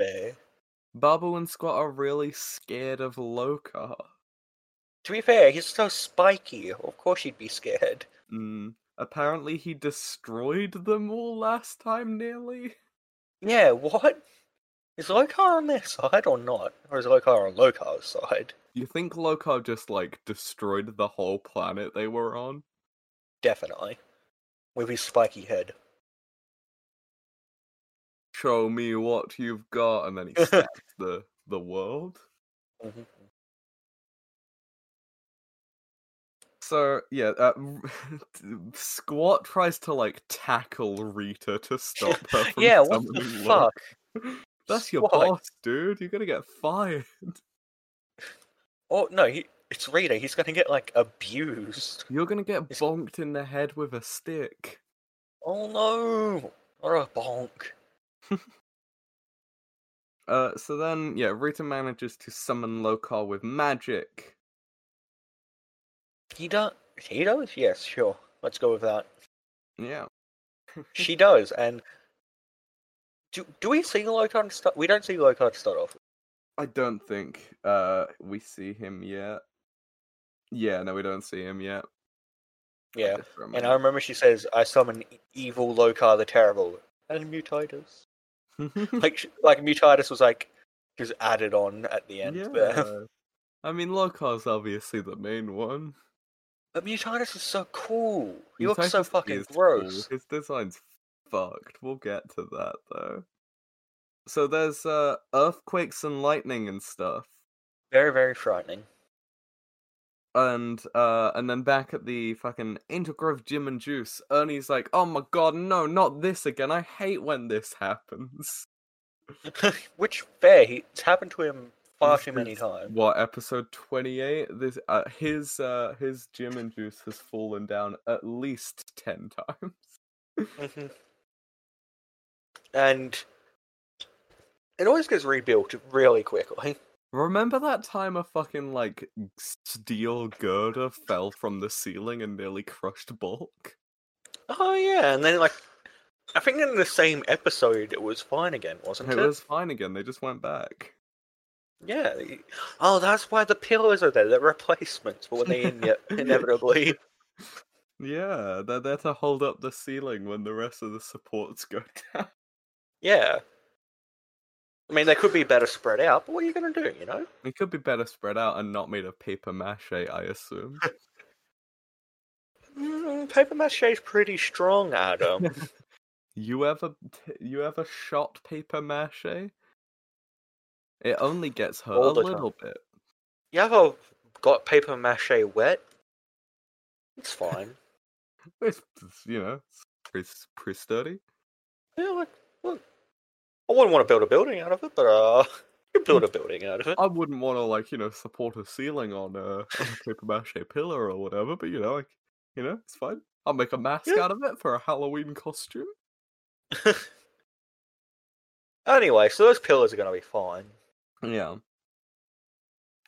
B: movie.
A: Babu and Squat are really scared of Lokar.
B: To be fair, he's so spiky. Of course you'd be scared.
A: Mm. Apparently, he destroyed them all last time, nearly.
B: Yeah, what? Is Lokar on their side or not? Or is Lokar on Lokar's side?
A: You think Lokar just like destroyed the whole planet they were on?
B: Definitely. With his spiky head.
A: Show me what you've got, and then he stabs the the world.
B: Mhm.
A: So yeah, uh, Squat tries to like tackle Rita to stop her from
B: Yeah, what the
A: summoning Lo-
B: fuck?
A: That's your
B: Squat.
A: boss, dude. You're gonna get fired.
B: Oh, no, he, it's Rita. He's gonna get, like, abused.
A: You're gonna get
B: It's-
A: bonked in the head with a stick.
B: Oh, no! Or a bonk.
A: Uh, so then, yeah, Rita manages to summon Lokar with magic.
B: He does? He does? Yes, sure. Let's go with that.
A: Yeah.
B: She does, and... Do, do we see Lokar to start? We don't see Lokar to start off.
A: I don't think uh we see him yet. Yeah, no, we don't see him yet. I
B: Yeah.
A: just
B: And I
A: remembered.
B: remember she says, "I summon e- evil Lokar the Terrible and Mutitus." Like, sh- like Mutitus was like just added on at the end there.
A: yeah. I mean, Lokar's obviously the main one.
B: But Mutitus is so cool. He looks so
A: Mutitus
B: fucking
A: is cool.
B: gross.
A: His design's fucked. We'll get to that though. So there's uh earthquakes and lightning and stuff.
B: Very, very frightening.
A: And uh and then back at the fucking Angel Grove Gym and Juice, Ernie's like, "Oh my god, no, not this again! I hate when this happens."
B: Which fair, he, it's happened to him far
A: This
B: too many
A: is,
B: times.
A: What episode twenty eight? This uh, his uh his Gym and Juice has fallen down at least ten times.
B: Mhm. and it always gets rebuilt really quickly.
A: Remember that time a fucking like steel girder fell from the ceiling and nearly crushed Bulk?
B: Oh yeah, and then like I think in the same episode it was fine again, wasn't
A: It
B: it?
A: was fine again. They just went back.
B: Yeah. Oh, that's why the pillars are there. They're replacements for when they ine- inevitably.
A: Yeah, they're there to hold up the ceiling when the rest of the supports go down.
B: Yeah. I mean, they could be better spread out, but what are you going to do, you know?
A: It could be better spread out and not made of paper mache, I assume.
B: Mm, paper mache is pretty strong, Adam.
A: You ever t- you ever shot paper mache? It only gets hurt
B: All
A: a
B: the time.
A: little bit.
B: you ever got paper mache wet? It's fine.
A: It's, it's, you know, it's pretty, s- pretty sturdy.
B: Yeah, look, look. I wouldn't want to build a building out of it, but uh, you build a building out of it.
A: I wouldn't want to like you know support a ceiling on a, on a paper mache pillar or whatever, but you know, like you know, it's fine. I'll make a mask
B: Yeah.
A: out of it for a Halloween costume.
B: Anyway, so those pillars are going to be fine.
A: Yeah.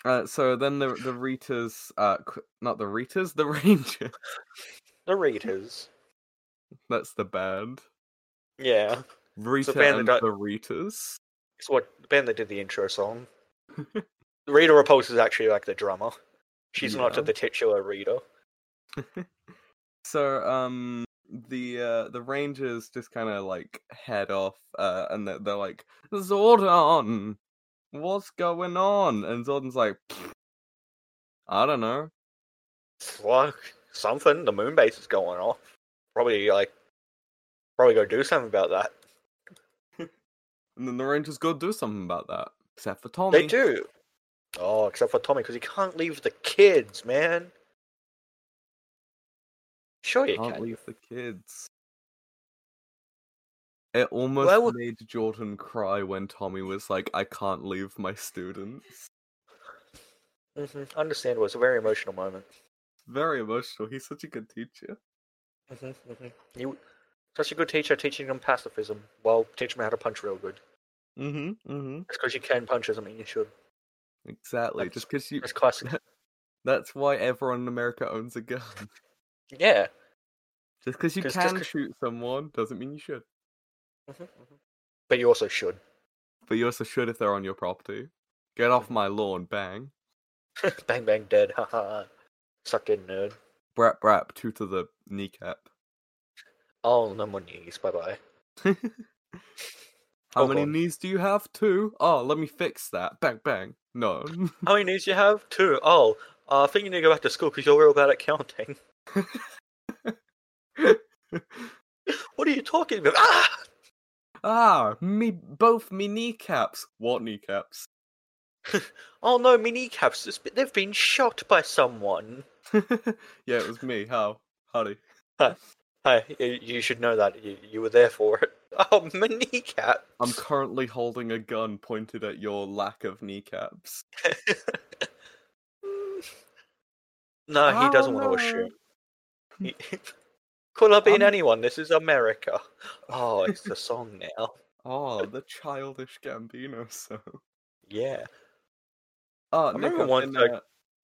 A: Uh, so then the the Rita's uh qu- not the Rita's the Ranger.
B: The readers.
A: That's the band.
B: Yeah.
A: Rita
B: band that
A: and
B: got-
A: the Ritas.
B: It's what the band that did the intro song. Rita Repulsa is actually like the drummer. She's not
A: Yeah.
B: the titular Rita.
A: So um the uh the Rangers just kind of like head off uh and they're, they're like Zordon, what's going on? And Zordon's like, "Pfft, I don't know.
B: Like something. The moon base is going off. Probably like probably go do something about that.
A: And then the Rangers go do something about that, except for Tommy.
B: They do. Oh, except for Tommy, because he can't leave the kids, man. Sure you
A: Can't
B: can.
A: leave the kids. It almost
B: Why would-
A: made Jordan cry when Tommy was like, "I can't leave my students."
B: hmm Understandable. It's a very emotional moment.
A: Very emotional. He's such a good teacher.
B: hmm hmm You, such a good teacher teaching them pacifism while teaching them how to punch real good.
A: Mm-hmm. Mm-hmm.
B: It's because you can punch doesn't mean you should.
A: Exactly.
B: That's-
A: Just because you
B: It's classic.
A: That's why everyone in America owns a gun.
B: yeah.
A: Just because you
B: 'Cause just
A: can
B: 'cause-
A: shoot someone doesn't mean you should.
B: Mm-hmm, But you also should.
A: But you also should if they're on your property. Get off my lawn, bang.
B: bang bang dead. Haha. Suck in nerd.
A: Brap brap, two to the kneecap.
B: Oh, no more knees. Bye bye.
A: How
B: Oh,
A: many
B: God.
A: knees do you have? Two? Oh, let me fix that. Bang bang. No.
B: How many knees you have? Two. Oh, uh, I think you need to go back to school because you're real bad at counting. What are you talking about? Ah!
A: ah, me both me kneecaps. What kneecaps?
B: Oh no, my kneecaps. it's- They've been shot by someone.
A: yeah, it was me. How? Howdy.
B: Hi, you, you should know that. You, you were there for it. Oh, my kneecap.
A: I'm currently holding a gun pointed at your lack of kneecaps.
B: No, he doesn't
A: Oh,
B: want to
A: no.
B: assume. He... Could have been
A: Um,
B: anyone. This is America. Oh, it's the song now.
A: Oh, the childish Gambino song.
B: Yeah.
A: Oh,
B: remember
A: Nick, I've
B: once
A: been,
B: I-
A: uh,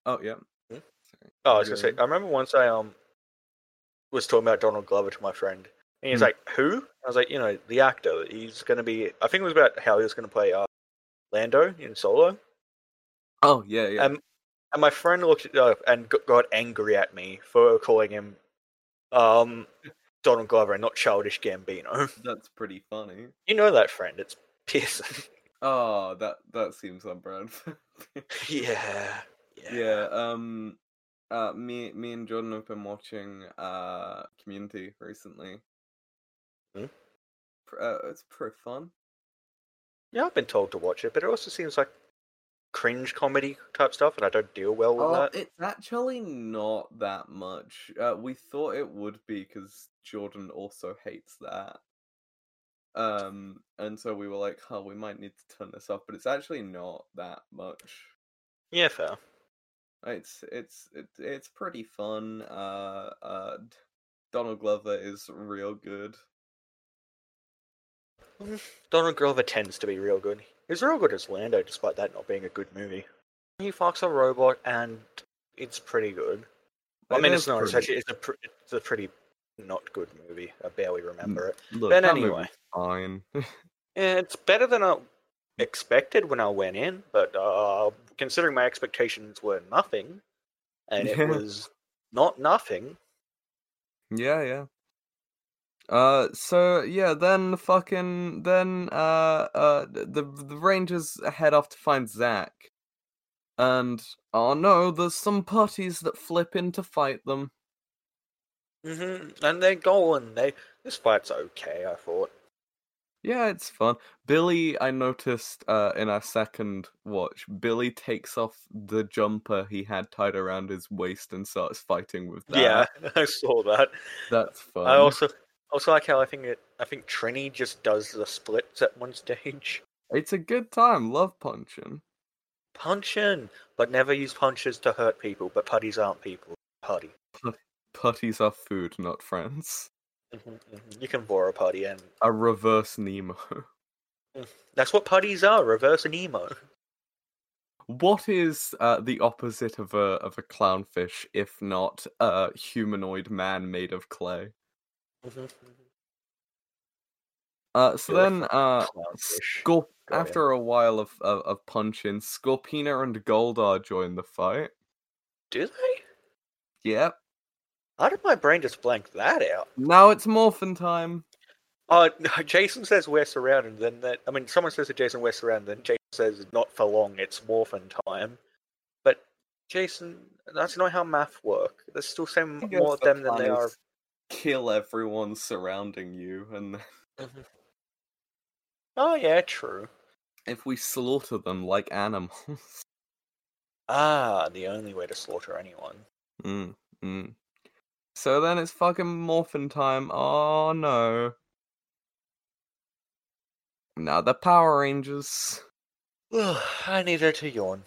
A: oh yeah.
B: Hmm?
A: Sorry.
B: Oh, I was gonna
A: You're-
B: say. I remember once I um was talking about Donald Glover to my friend, and he's
A: Hmm.
B: like, "Who?" I was like, "You know, the actor. He's gonna be. I think it was about how he was gonna play uh, Lando in Solo."
A: Oh yeah, yeah.
B: Um, And my friend looked it up and g- got angry at me for calling him um Donald Glover and not Childish Gambino.
A: that's pretty funny.
B: You know that friend. It's Pearson.
A: Oh, that that seems on brand. for me.
B: yeah.
A: yeah. Um. Uh, me, me and Jordan have been watching uh Community recently.
B: Hmm?
A: Pr- Uh, it's pretty fun.
B: Yeah, I've been told to watch it, but it also seems like cringe comedy type stuff, and I don't deal well with
A: Oh,
B: that.
A: it's actually not that much. Uh, we thought it would be because Jordan also hates that. Um, and so we were like, "Huh, we might need to turn this off," but it's actually not that much.
B: Yeah, fair.
A: It's it's it, it's pretty fun. Uh, uh, D- Donald Glover is real good.
B: Donald Glover tends to be real good. He was real good as Lando, despite that not being a good movie. He fucks a robot, and it's pretty good. I
A: It
B: mean,
A: is
B: it's not. It's
A: pretty-
B: actually it's a pr- it's a pretty not good movie. I barely remember it.
A: Look,
B: But
A: that movie's
B: anyway,
A: fine.
B: yeah, it's better than I expected when I went in. But uh, considering my expectations were nothing, and
A: Yeah.
B: it was not nothing.
A: Yeah, yeah. Uh, so yeah, then fucking then uh uh th- the the Rangers head off to find Zack, and oh no, there's some putties that flip in to fight them.
B: hmm And they're going. They this fight's okay. I thought.
A: Yeah, it's fun. Billy, I noticed uh in our second watch, Billy takes off the jumper he had tied around his waist and starts fighting with that.
B: Yeah, I saw that.
A: that's fun.
B: I also also like how I think it. I think Trini just does the splits at one stage.
A: It's a good time. Love punching.
B: Punching, but never use punches to hurt people. But putties aren't people. Putty.
A: Putties are food, not friends.
B: hmm You can bore a putty, and
A: A reverse Nemo.
B: that's what putties are. Reverse an emo.
A: What is uh, the opposite of a of a clownfish if not a humanoid man made of clay?
B: Mhm.
A: Uh, so
B: You're a
A: then, uh,
B: Clownfish.
A: Scorp-
B: Go ahead.
A: after a while of of, of punching, Scorpina and Goldar join the fight.
B: Do they?
A: Yep.
B: How did my brain just blank that out?
A: Now it's morphin time.
B: Uh, Jason says we're surrounded. Then that I mean, someone says to Jason we're surrounded. Then Jason says not for long. It's morphin time. But Jason, that's not how math work. There's still so m- more of them than they are.
A: Kill everyone surrounding you, and
B: Oh yeah, true.
A: if we slaughter them like animals.
B: Ah, the only way to slaughter anyone.
A: Mm, mm. So then it's fucking morphin time. Oh no. Now the Power Rangers.
B: I needed to yawn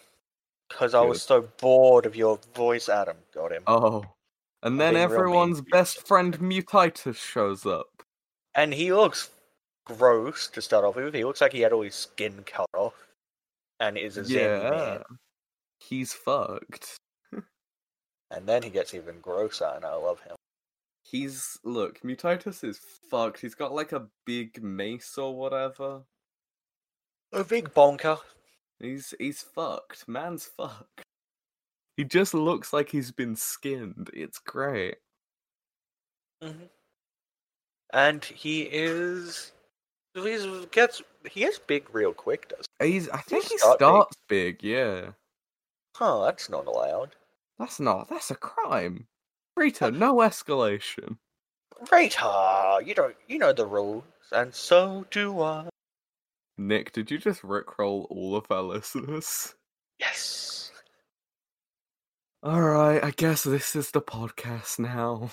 B: because I was so bored of your voice, Adam. Got him.
A: Oh. And then
B: being real mean
A: everyone's
B: to you.
A: best friend Mutitus shows up.
B: And he looks gross to start off with. He looks like he had all his skin cut off, and is a zen
A: Yeah.
B: man.
A: He's fucked.
B: And then he gets even grosser, and I love him.
A: He's look, Mutitus is fucked. He's got like a big mace or whatever.
B: A big bonker.
A: He's he's fucked. Man's fucked. He just looks like he's been skinned. It's great.
B: hmm And he is. He's gets he gets big real quick, does
A: He's I think he
B: start big.
A: starts big. yeah.
B: huh? That's not allowed.
A: That's not that's a crime. Rita, no escalation.
B: Rita, you don't you know the rules, and so do I.
A: Nick, did you just rickroll all of our listeners?
B: Yes.
A: Alright, I guess this is the podcast now.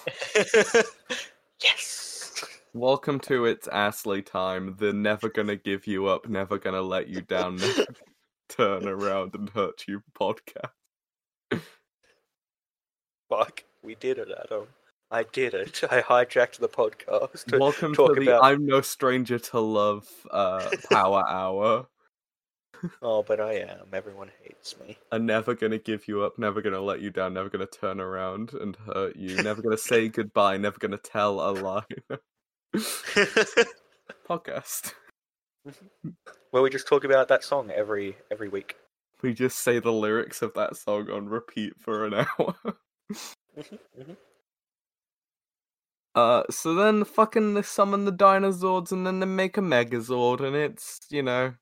B: yes.
A: Welcome to It's Astley Time, the never gonna give you up, never gonna let you down, never gonna turn around and hurt you podcast.
B: Fuck, we did it, Adam. I did it. I hijacked the podcast. to
A: Welcome to
B: talk
A: the
B: about-
A: I'm no stranger to love uh power hour.
B: Oh, but I am. Everyone hates me.
A: are never going to give you up, never going to let you down, never going to turn around and hurt you, never going to say goodbye, never going to tell a lie. Podcast.
B: Where we just talk about that song every every week.
A: We just say the lyrics of that song on repeat for an hour.
B: mhm.
A: Uh, so then fucking they summon the dinosaurs and then they make a megazord and it's, you know,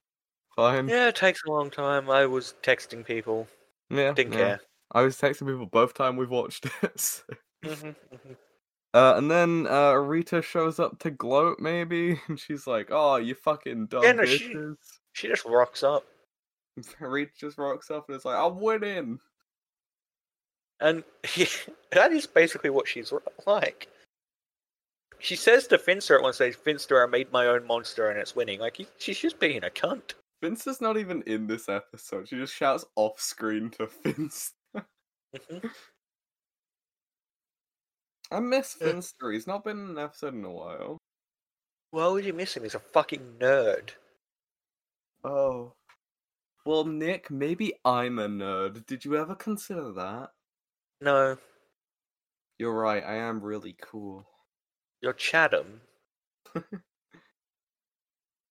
A: fine.
B: Yeah, it takes a long time. I was texting people.
A: Yeah.
B: Didn't
A: yeah.
B: care.
A: I was texting people both time we've watched it. so-
B: Mhm, mhm.
A: Uh, and then uh, Rita shows up to gloat, maybe, and she's like, "Oh, you fucking dumb
B: no, she-
A: bitches."
B: she just rocks up.
A: Rita just rocks up and is like, "I'm winning."
B: And that is basically what she's r- like. She says to Finster at one stage, Finster, I made my own monster and it's winning. Like, he- she's just being a cunt.
A: Finster's not even in this episode. She just shouts off screen to Finster.
B: Mhm.
A: I miss
B: Yeah.
A: Finster. He's not been in an episode in a while.
B: Why would you miss him? He's a fucking nerd.
A: Oh. Well, Nick, maybe I'm a nerd. Did you ever consider that?
B: No,
A: You're right, I am really cool.
B: you're Chatham.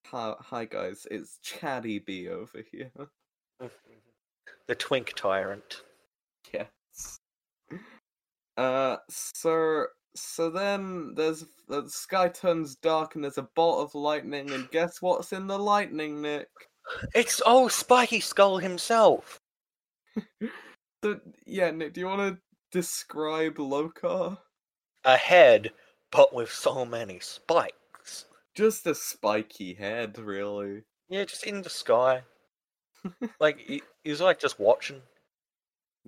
A: Hi, hi guys, it's Chatty B over here.
B: Mm-hmm. The twink tyrant.
A: Yes. Uh, so so then there's the sky turns dark and there's a bolt of lightning and guess what's in the lightning, Nick?
B: It's old Spiky Skull himself.
A: So, yeah, Nick, do you want to describe Lokar?
B: A head, but with so many spikes.
A: Just a spiky head, really.
B: Yeah, just in the sky. like he, he's like just watching.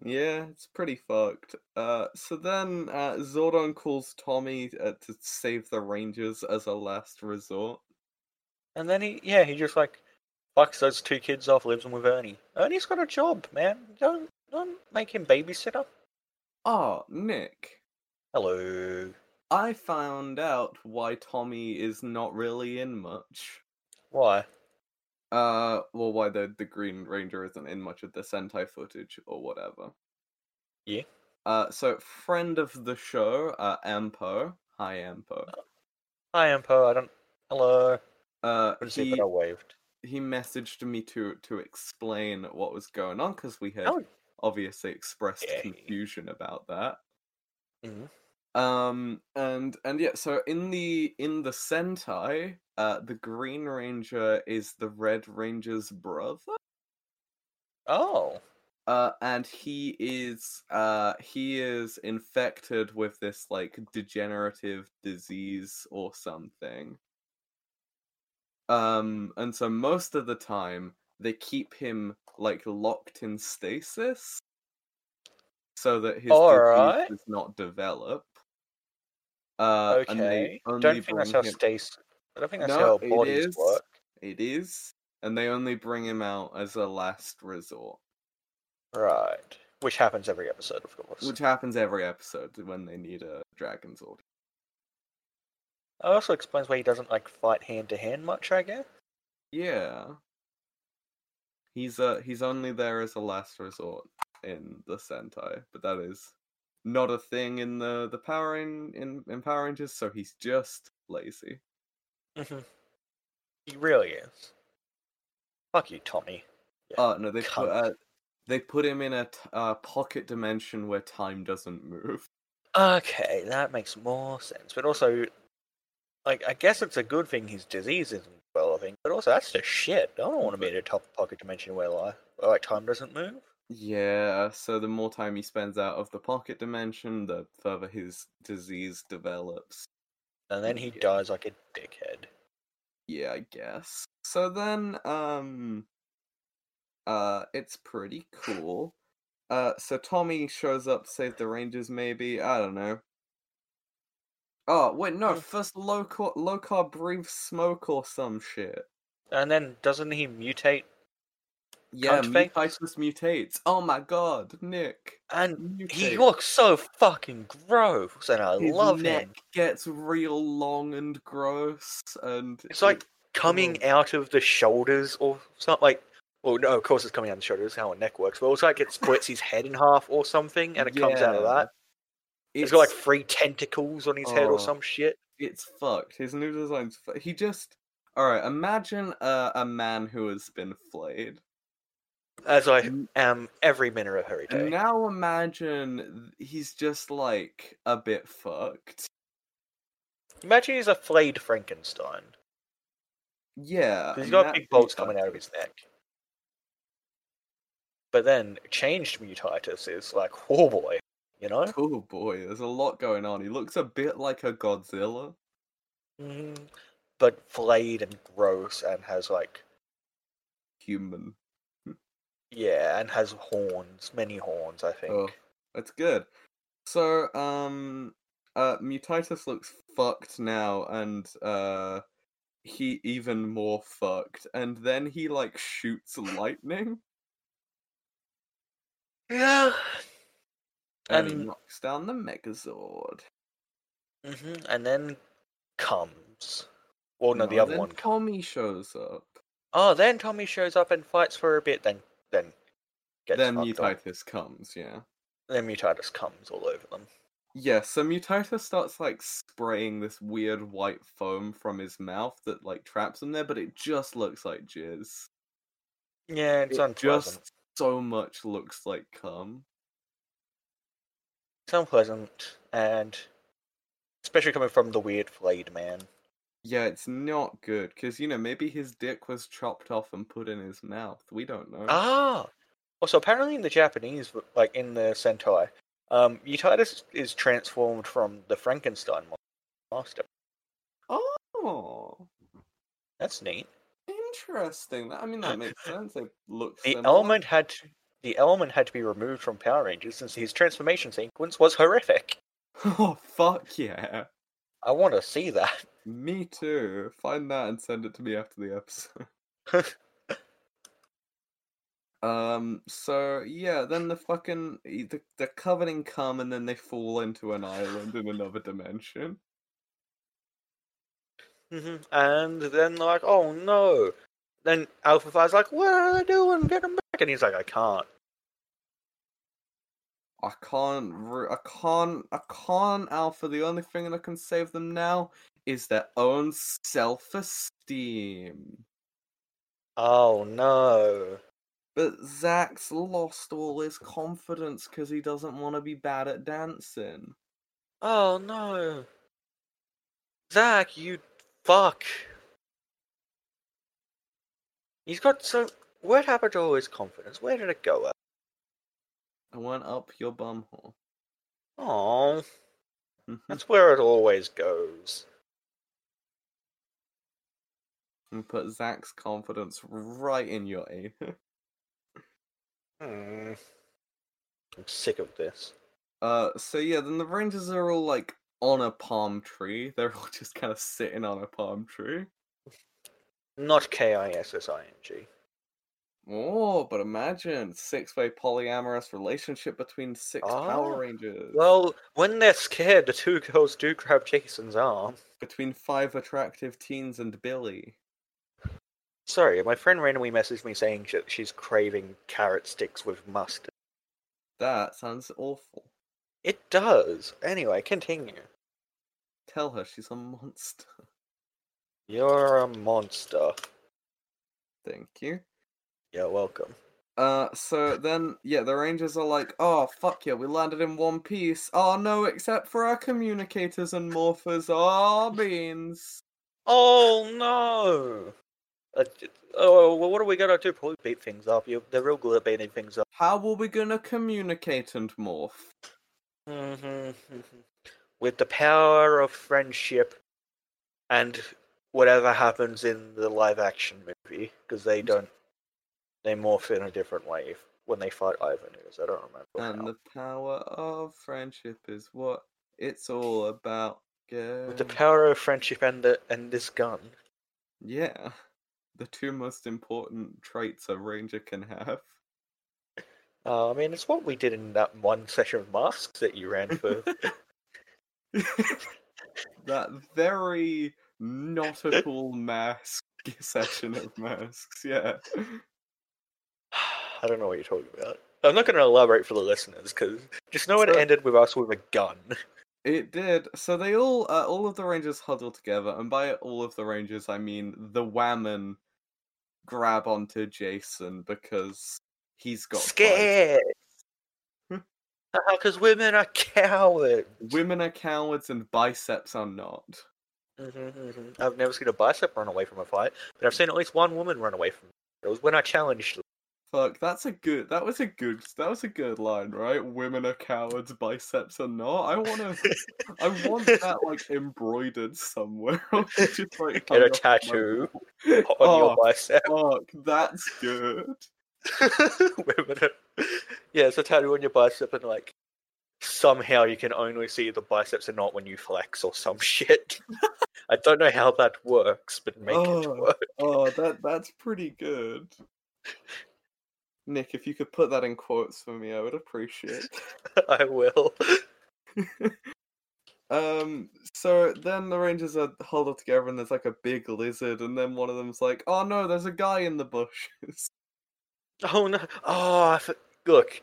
A: Yeah, it's pretty fucked. Uh, so then uh, Zordon calls Tommy uh, to save the Rangers as a last resort.
B: And then he, yeah, he just like fucks those two kids off, lives with Ernie. Ernie's got a job, man. Don't don't make him babysitter.
A: Ah, Nick,
B: Hello.
A: I found out why Tommy is not really in much.
B: Why?
A: Uh, well, why the the Green Ranger isn't in much of the Sentai footage or whatever.
B: Yeah.
A: Uh, so friend of the show, uh, Ampo. Hi, Ampo.
B: Hi, Empo. I don't. Hello.
A: Uh,
B: I see,
A: he
B: but I waved.
A: he messaged me to to explain what was going on because we had
B: Oh.
A: obviously expressed
B: Yeah.
A: confusion about that.
B: Mhm.
A: Um and and yeah, so in the in the Sentai, uh, the Green Ranger is the Red Ranger's brother.
B: Oh.
A: Uh, and he is uh he is infected with this like degenerative disease or something. Um, and so most of the time they keep him like locked in stasis, so that his
B: Alright.
A: disease does not develop. Uh, and
B: Okay.
A: they
B: I
A: only
B: don't think that's how
A: bring him-
B: stasis. I don't think that's
A: No,
B: how
A: it
B: bodies
A: is.
B: work.
A: It is, and they only bring him out as a last resort.
B: Right. Which happens every episode, of course.
A: Which happens every episode when they need a dragon sword.
B: also explains why he doesn't like fight hand to hand much, I guess.
A: Yeah. He's uh he's only there as a last resort in the Sentai, but that is not a thing in the the Power in in, in Power Rangers, so he's just lazy.
B: Mm-hmm. He really is. Fuck you, Tommy.
A: Oh no, they put
B: Cunt.
A: uh, they put him in a t- uh, pocket dimension where time doesn't move.
B: Okay, that makes more sense. But also, like, I guess it's a good thing his disease isn't developing. But also, that's just shit. I don't want to be in a top pocket dimension where like, where, like time doesn't move.
A: Yeah, so the more time he spends out of the pocket dimension, the further his disease develops.
B: And then he
A: Yeah.
B: dies like a dickhead.
A: Yeah, I guess. So then, um, uh, it's pretty cool. Uh, so Tommy shows up, save the Rangers, maybe. I don't know. Oh wait, no.
B: Mm.
A: First, Lokar, Lokar breathes smoke or some shit.
B: And then doesn't he mutate?
A: Yeah,
B: Cunt face.
A: Mutatis mutates. Oh my god, Nick.
B: And
A: Mutate.
B: he looks so fucking gross, and I
A: His
B: love
A: neck
B: him.
A: gets real long and gross, and
B: It's like coming
A: Mm-hmm.
B: out of the shoulders or something like well no of course it's coming out of the shoulders how a neck works but it's like it splits his head in half or something and it comes out of
A: Yeah,
B: that
A: it's
B: it's got like three tentacles on his head
A: Oh.
B: or some shit
A: it's fucked. His new design's fu- he just all right. Imagine a a man who has been flayed,
B: as i
A: Mm.
B: am every minute of every day
A: and now imagine th- he's just like a bit fucked.
B: imagine he's a flayed frankenstein
A: Yeah,
B: 'cause he's
A: Uh, and
B: got
A: that-
B: big bolts coming out of his neck but then changed mutitis is like oh boy you know
A: Oh boy, there's a lot going on. He looks a bit like a Godzilla.
B: Mhm.
A: Mm-hmm.
B: but flayed and gross and has like
A: Human.
B: Yeah, and has horns, many horns, I think.
A: Oh, that's good. So, um, uh, Mutitus looks fucked now, and uh, he even more fucked. And then he like shoots lightning
B: Yeah.
A: and he
B: And-
A: knocks down the Megazord.
B: hmm And then Mm-hmm, comes. Well, no, the other
A: then
B: one.
A: Tommy shows up.
B: Oh, then Tommy shows up and fights for a bit. Then, then, gets
A: then
B: fucked up.
A: Mutitus comes, yeah.
B: Then Mutitus comes all over them.
A: Yeah, so Mutitus starts like spraying this weird white foam from his mouth that like traps him there, but it just looks like jizz.
B: Yeah, it's
A: It
B: unpleasant.
A: Just so much looks like cum.
B: It's unpleasant, and especially coming from the weird flayed man.
A: Yeah, it's not good because you know maybe his dick was chopped off and put in his mouth. We don't know.
B: Ah. Also, apparently in the Japanese, like in the Sentai, um, Eutychus is transformed from the Frankenstein mon- monster.
A: Oh,
B: That's neat.
A: interesting. That- I mean, that makes sense. It looks
B: The
A: similar.
B: element had to, the element had to be removed from Power Rangers since his transformation sequence was horrific.
A: Oh fuck yeah!
B: I want to see that.
A: Me too. Find that and send it to me after the episode. Um. So yeah, then the fucking e- the, they're covered in cum, and then they fall into an island in another dimension.
B: hmm And then like, oh no. Then Alpha Five's like, what are they doing? Get him back! And he's like, I can't.
A: I can't. re- I can't. I can't. Alpha. The only thing that can save them now is their own self-esteem.
B: Oh no.
A: But Zach's lost all his confidence because he doesn't want to be bad at dancing.
B: Oh no. Zach, you fuck. He's got so. What happened to all his confidence? Where did it go? At?
A: I went up your bumhole.
B: Oh,
A: Mm-hmm.
B: that's where it always goes.
A: and put Zach's confidence right in your anus.
B: Hmm. I'm sick of this.
A: Uh, so yeah, then the Rangers are all like on a palm tree. They're all just kind of sitting on a palm tree.
B: Not K I S S I N G.
A: Oh, but imagine six-way polyamorous relationship between six
B: Ah,
A: Power Rangers.
B: Well, when they're scared, the two girls do grab Jason's arm.
A: Between five attractive teens and Billy.
B: Sorry, my friend randomly messaged me saying sh- she's craving carrot sticks with mustard.
A: That sounds awful.
B: It does. Anyway, continue.
A: Tell her she's a monster.
B: You're a monster.
A: Thank you.
B: You're welcome.
A: Uh, so then, yeah, the Rangers are like, oh, fuck yeah, we landed in one piece. Oh, no, except for our communicators and morphers. Oh, beans.
B: Oh no! Uh, j- oh well, what are we gonna do? Probably beat things up. You, they're real good at beating things up.
A: How are we gonna communicate and morph?
B: Mhm, mhm. With the power of friendship, and whatever happens in the live-action movie, because they don't, they morph in a different way if, when they fight Ivan. Is I don't remember.
A: And
B: how.
A: the power of friendship is what it's all about.
B: With the
A: girl.
B: power of friendship and the and this gun.
A: yeah. The two most important traits a ranger can have.
B: Uh, I mean, it's what we did in that one session of masks that you ran for
A: that very nautical mask session of masks, yeah.
B: I don't know what you're talking about. I'm not going to elaborate for the listeners because just know it
A: So-
B: ended with us with a gun.
A: It did. So they all, uh, all of the rangers huddle together, and by all of the rangers, I mean the whammon grab onto Jason because he's got pride.
B: scared. Hmm. Because women are cowards.
A: Women are cowards, and biceps are not.
B: Mhm, mhm. I've never seen a bicep run away from a fight, but I've seen at least one woman run away from it. It was when I challenged them.
A: Fuck, that's a good. That was a good. That was a good line, right? Women are cowards, biceps are not. I wanna. I want that like embroidered somewhere. Just like
B: Get
A: hung
B: a
A: up on my
B: tattoo
A: wall.
B: on your
A: Oh,
B: bicep.
A: fuck, that's good.
B: women are... Yeah, it's a tattoo on your bicep, and like somehow you can only see the biceps and not when you flex or some shit. I don't know how that works, but make
A: Oh.
B: it work.
A: Oh, that that's pretty good. Nick, if you could put that in quotes for me, I would appreciate.
B: I will.
A: Um, so then the Rangers are huddled together and there's like a big lizard, and then one of them's like, oh no, there's a guy in the bushes.
B: Oh no! Oh, I for- look,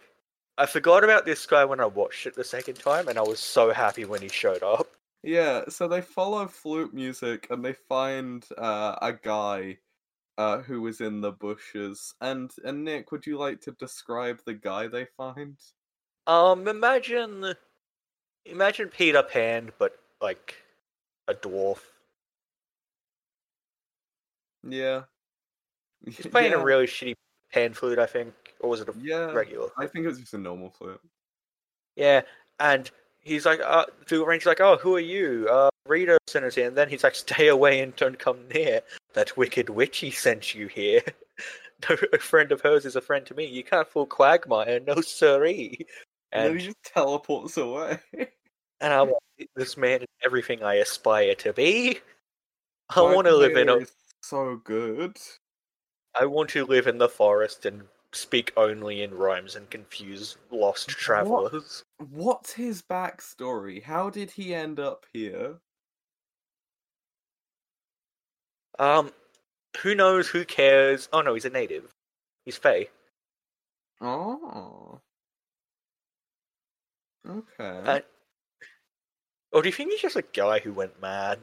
B: I forgot about this guy when I watched it the second time, and I was so happy when he showed up.
A: yeah, so they follow flute music and they find uh, a guy uh, who was in the bushes. And, and Nick, would you like to describe the guy they find?
B: Um, imagine, imagine Peter Pan, but like a dwarf.
A: Yeah.
B: He's playing
A: Yeah,
B: a really shitty pan flute, I think, or was it a
A: yeah.
B: regular?
A: I think it's just a normal flute.
B: Yeah, and he's like, uh, the ranger's like, oh, who are you? Uh, Rita sent us here, and then he's like, stay away and don't come near. That wicked witch he sent you here. No, a friend of hers is a friend to me. You can't fool Quagmire, no siree.
A: And then
B: And
A: he just teleports away.
B: and I'm like, this man is everything I aspire to be. I
A: Why
B: want to
A: do
B: live
A: they
B: in a,
A: always So good.
B: I want to live in the forest and speak only in rhymes and confuse lost travelers.
A: What's his backstory? How did he end up here?
B: Um, who knows? Who cares? Oh no, he's a native. He's Fey.
A: Oh. Okay.
B: Uh, Or Oh, do you think he's just a guy who went mad?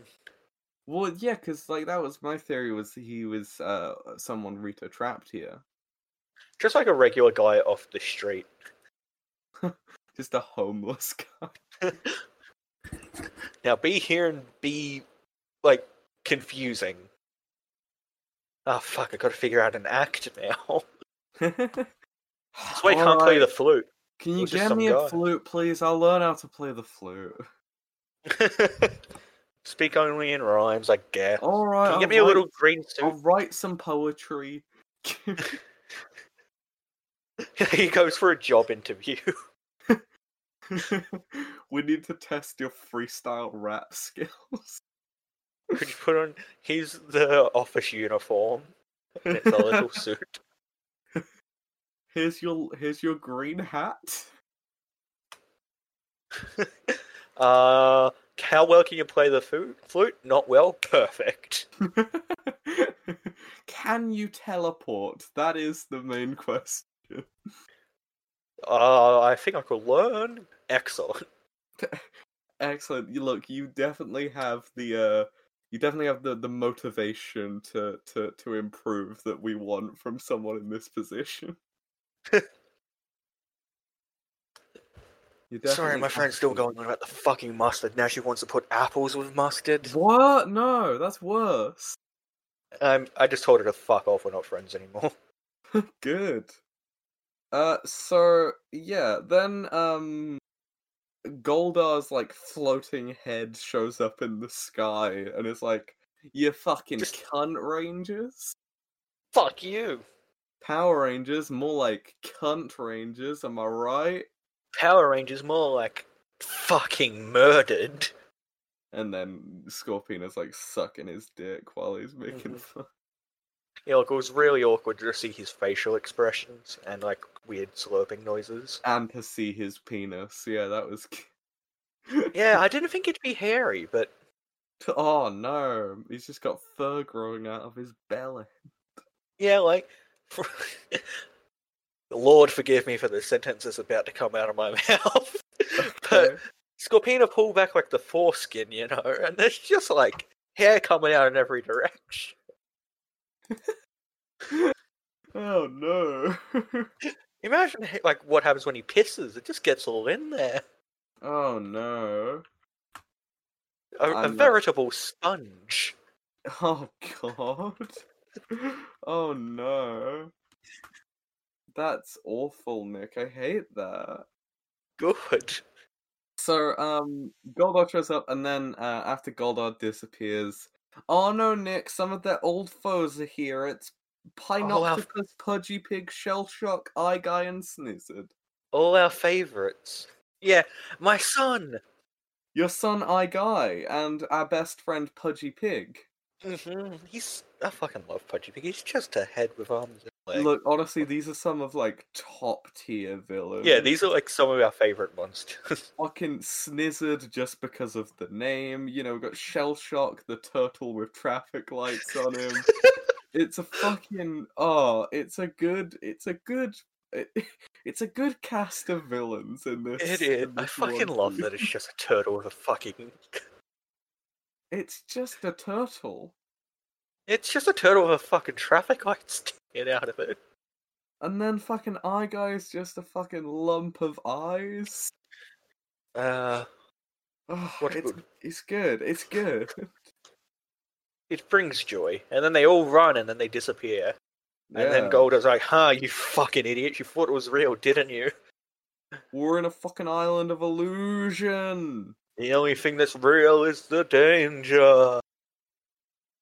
A: well, yeah, because like that was my theory was he was uh someone Rita trapped here,
B: Just like a regular guy off the street.
A: just a homeless guy.
B: Now be here and be like confusing. Oh fuck, I gotta figure out an act now.
A: That's
B: That's why you can't play the flute.
A: Can you
B: was just
A: get
B: some
A: me
B: guy.
A: a flute, please? I'll learn how to play the flute.
B: Speak only in rhymes, I guess.
A: All right.
B: Can you
A: I'll
B: get me a
A: write-
B: little green suit?
A: I'll write some poetry.
B: he goes for a job interview.
A: we need to test your freestyle rap skills.
B: Could you put on? He's the office uniform. and It's a little suit.
A: here's your here's your green hat.
B: Uh, how well can you play the fu- flute? Not well. Perfect.
A: Can you teleport? That is the main question.
B: Uh, I think I could learn. Excellent.
A: Excellent. You look, you definitely have the uh you definitely have the, the motivation to, to to improve that we want from someone in this position. You
B: Sorry,
A: definitely
B: my
A: have
B: friend's still
A: the-
B: going on about the fucking mustard. Now she wants to put apples with mustard.
A: What? No, that's worse.
B: Um, I just told her to fuck off. We're not friends anymore.
A: Good. Uh, so yeah, then um, Goldar's like floating head shows up in the sky and is like, "You fucking
B: Just-
A: cunt rangers,
B: Fuck you.
A: Power Rangers, more like cunt rangers. Am I right?"
B: Power Rangers more like fucking murdered.
A: And then Scorpion is like sucking his dick while he's making
B: Mhm.
A: fun.
B: Yeah, like it was really awkward to see his facial expressions and like weird slurping noises.
A: and to see his penis. Yeah, that was. c-
B: Yeah, I didn't think it'd be hairy, but
A: Oh no, he's just got fur growing out of his belly.
B: yeah, like Lord forgive me for the sentence that's about to come out of my mouth. but Scorpina pulled back like the foreskin, you know, and there's just like hair coming out in every direction.
A: Oh no.
B: Imagine h- like what happens when he pisses; it just gets all in there.
A: oh no.
B: A, a
A: I'm not-
B: veritable sponge.
A: Oh god. oh no. That's awful, Nick. I hate that.
B: Good.
A: So, um, Goldar shows up, and then uh, after Goldar disappears, oh no, Nick, some of their old foes are here. It's
B: wow.
A: Pinoctopus, Pudgy Pig, Shell Shock, Eye Guy, and Snizzard.
B: All our favorites. Yeah, my son.
A: Your son, Eye Guy, and our best friend, Pudgy Pig.
B: Mm-hmm. hmm He's. I fucking love Pudgy Pig. He's just a head with arms. Like,
A: Look, honestly, these are some of like top tier villains.
B: yeah, these are like some of our favorite ones. too.
A: fucking snizzard just because of the name. You know, we've got Shell Shock, the turtle with traffic lights on him. it's a fucking oh, it's a good, it's a good, it, it's a good cast of villains in this.
B: it is.
A: in
B: I
A: this one.
B: fucking love that it's just a turtle with a fucking.
A: It's just a turtle,
B: It's just a turtle with a fucking traffic light sticking out of it.
A: and then fucking Eye Guy's just a fucking lump of eyes.
B: Uh,
A: Oh,
B: What's
A: it's,
B: good?
A: it's good. It's good.
B: it brings joy, and then they all run, and then they disappear, and
A: Yeah.
B: then Golda's like, "Huh, you fucking idiot! You thought it was real, didn't you?
A: We're in a fucking island of illusion.
B: The only thing that's real is the danger."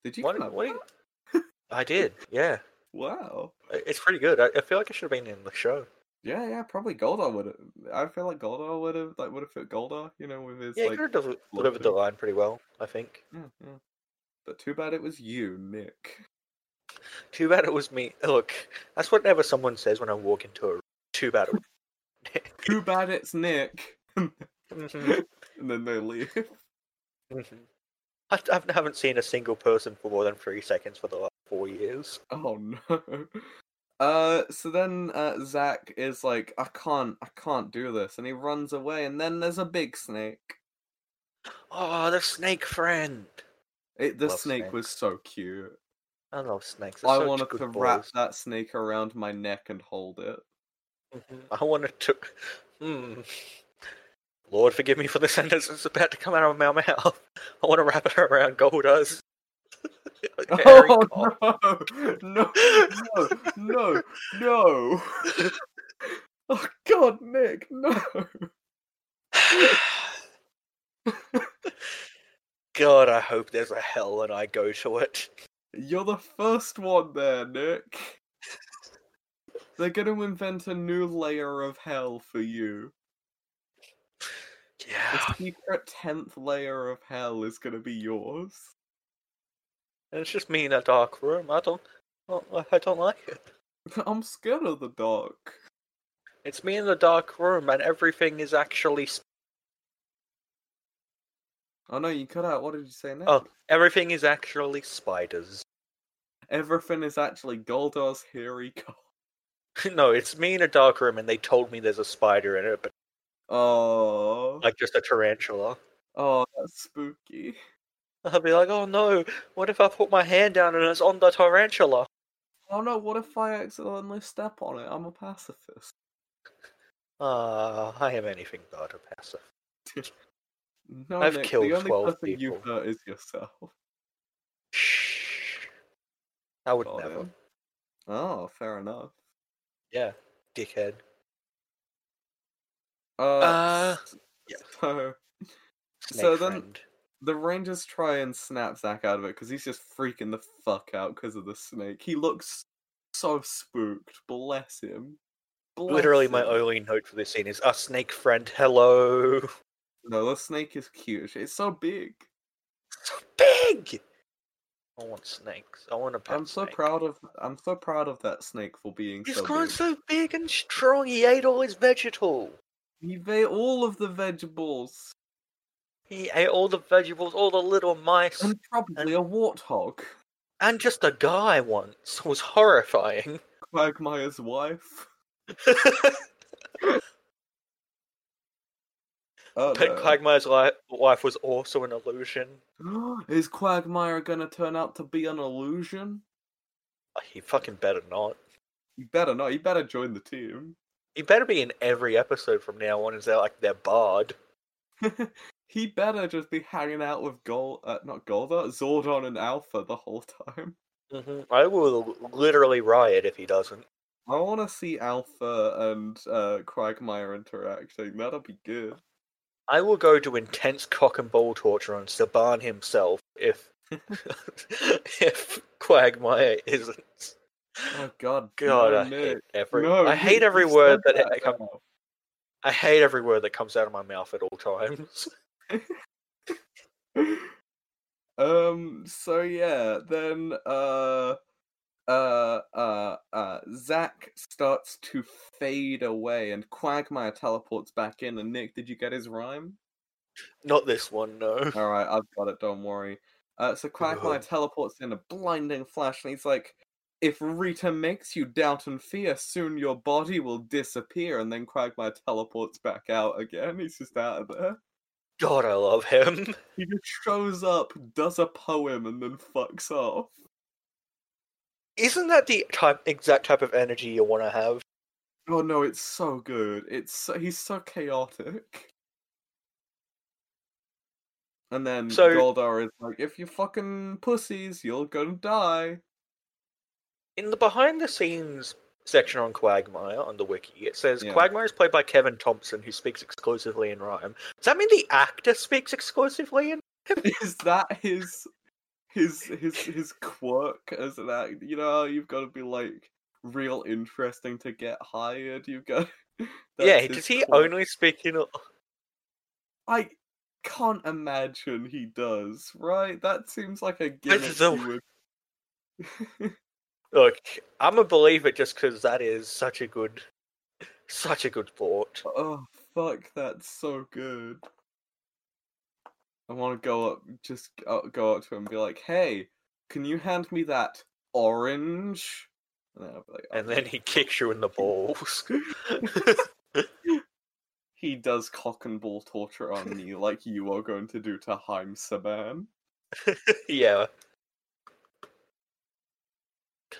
A: Did you?
B: What-
A: clap
B: what do you-
A: that?
B: I did, yeah.
A: Wow.
B: I- It's pretty good. I, I feel like I should have been in the show.
A: Yeah, yeah, probably Goldar would have. I feel like Goldar would have like would have fit Goldar, you know, with his
B: yeah,
A: like.
B: you could have delivered the
A: floating.
B: line pretty well, I think.
A: Yeah, yeah. But too bad it was you, Nick.
B: Too bad it was me. Look, that's whatever someone says when I walk into a room. Too bad it was
A: too bad it's Nick. and
B: Mhm,
A: then they leave.
B: mhm. I, I haven't seen a single person for more than three seconds for the last four years.
A: Oh no. Uh, so then uh, Zach is like, I can't, I can't do this, and he runs away. And then there's a big snake.
B: Oh, the snake friend.
A: It, the
B: Love
A: snake was so cute.
B: I love snakes.
A: I wanted to wrap that snake around my neck and hold it.
B: Mm-hmm. I wanted to. Hmm. Lord, forgive me for the sentence that's about to come out of my mouth. I want to wrap it around Golda's. hairy cock.
A: oh, no, no, no, no, no. Oh God, Nick, no.
B: God, I hope there's a hell and I go to it.
A: You're the first one there, Nick. They're gonna invent a new layer of hell for you.
B: Yeah.
A: The secret tenth layer of hell is gonna be yours.
B: And it's just me in a dark room. I don't, I- I don't like it.
A: I'm scared of the dark.
B: It's me in the dark room, and everything is actually s-
A: Oh no, you cut out. What did you say next?
B: Oh. everything is actually spiders.
A: Everything is actually Goldar's hairy cock.
B: no, it's me in a dark room, and they told me there's a spider in it, but
A: Oh,
B: like just a tarantula.
A: oh, that's spooky.
B: I'll be like, oh no, what if I put my hand down and it's on the tarantula?
A: Oh no, what if I accidentally step on it? I'm a pacifist.
B: Ah, I am anything but a passive.
A: No,
B: I've
A: Nick,
B: killed
A: the only
B: 12
A: person you
B: people.
A: hurt is yourself.
B: Shh. I would
A: Got
B: never.
A: him. Oh, fair enough.
B: Yeah, dickhead.
A: Uh,
B: Uh,
A: s-
B: yeah.
A: So
B: Snake
A: So then-
B: friend.
A: the Rangers try and snap Zach out of it because he's just freaking the fuck out because of the snake. He looks so spooked. Bless him. Bless
B: Literally, my
A: him.
B: only note for this scene is a snake friend. Hello,
A: No, the snake is cute. as shit. It's so big.
B: so big. I want snakes. I want a pet.
A: I'm so
B: snake.
A: proud of. I'm so proud of that snake for being
B: He's
A: so.
B: grown
A: big.
B: so big and strong. He ate all his vegetable.
A: He ate all of the vegetables.
B: He ate all the vegetables, all the little mice,
A: And probably a warthog.
B: and just a guy once. It was horrifying.
A: Quagmire's wife. Oh,
B: Pet Quagmire's li- wife was also an illusion.
A: no. Is Quagmire gonna turn out to be an illusion?
B: He fucking better not.
A: You better not. You better join the team.
B: He better be in every episode from now on. Is they're like they're barred.
A: he better just be hanging out with Gold, uh, not Golda, Zordon and Alpha the whole time.
B: hmm
A: Mm-hmm.
B: I will literally riot if he doesn't.
A: I want to see Alpha and uh, Quagmire interacting. That'll be good.
B: I will go to intense cock and ball torture on Saban himself if if Quagmire isn't.
A: Oh God,
B: God,
A: no,
B: I hate
A: Nick.
B: every
A: No,
B: I
A: you-
B: hate every
A: you
B: word
A: said
B: that, it com-
A: now.
B: I hate every word that comes out of my mouth at all times.
A: um so yeah then uh uh uh uh Zack starts to fade away, and Quagmire teleports back in. And Nick, did you get his rhyme?
B: Not this one, no.
A: All right, I've got it. Don't worry. Uh, so Quagmire
C: Good.
A: teleports in a blinding flash, and he's like, "If Rita makes you doubt and fear, soon your body will disappear." And then Quagmire teleports back out again. He's just out of there.
B: God, I love him.
A: He just shows up, does a poem, and then fucks off.
B: Isn't that the type, exact type of energy you want to have?
A: Oh no, it's so good. It's so, he's so chaotic. And then
B: So-
A: Goldar is like, "If you fucking pussies, you're gonna die."
B: In the behind the scenes section on Quagmire on the wiki, it says
A: Yeah.
B: Quagmire is played by Kevin Thompson, who speaks exclusively in rhyme. Does that mean the actor speaks exclusively in?
A: is that his his his his quirk as an act you know how you've got to be like real interesting to get hired you've got
B: yeah, does he
A: only?
B: only speak in?
A: i can't imagine he does right that seems like a gimmick
B: the-
A: you would...
B: Look, I'm a believer just because that is such a good, such a good thought.
A: oh fuck that's so good i want to go up just uh, go up to him and be like hey can you hand me that orange and then i'll be like "Oh."
B: And oh, then he kicks you in the balls.
A: he does cock and ball torture on me like you are going to do to Heim Saban.
B: yeah.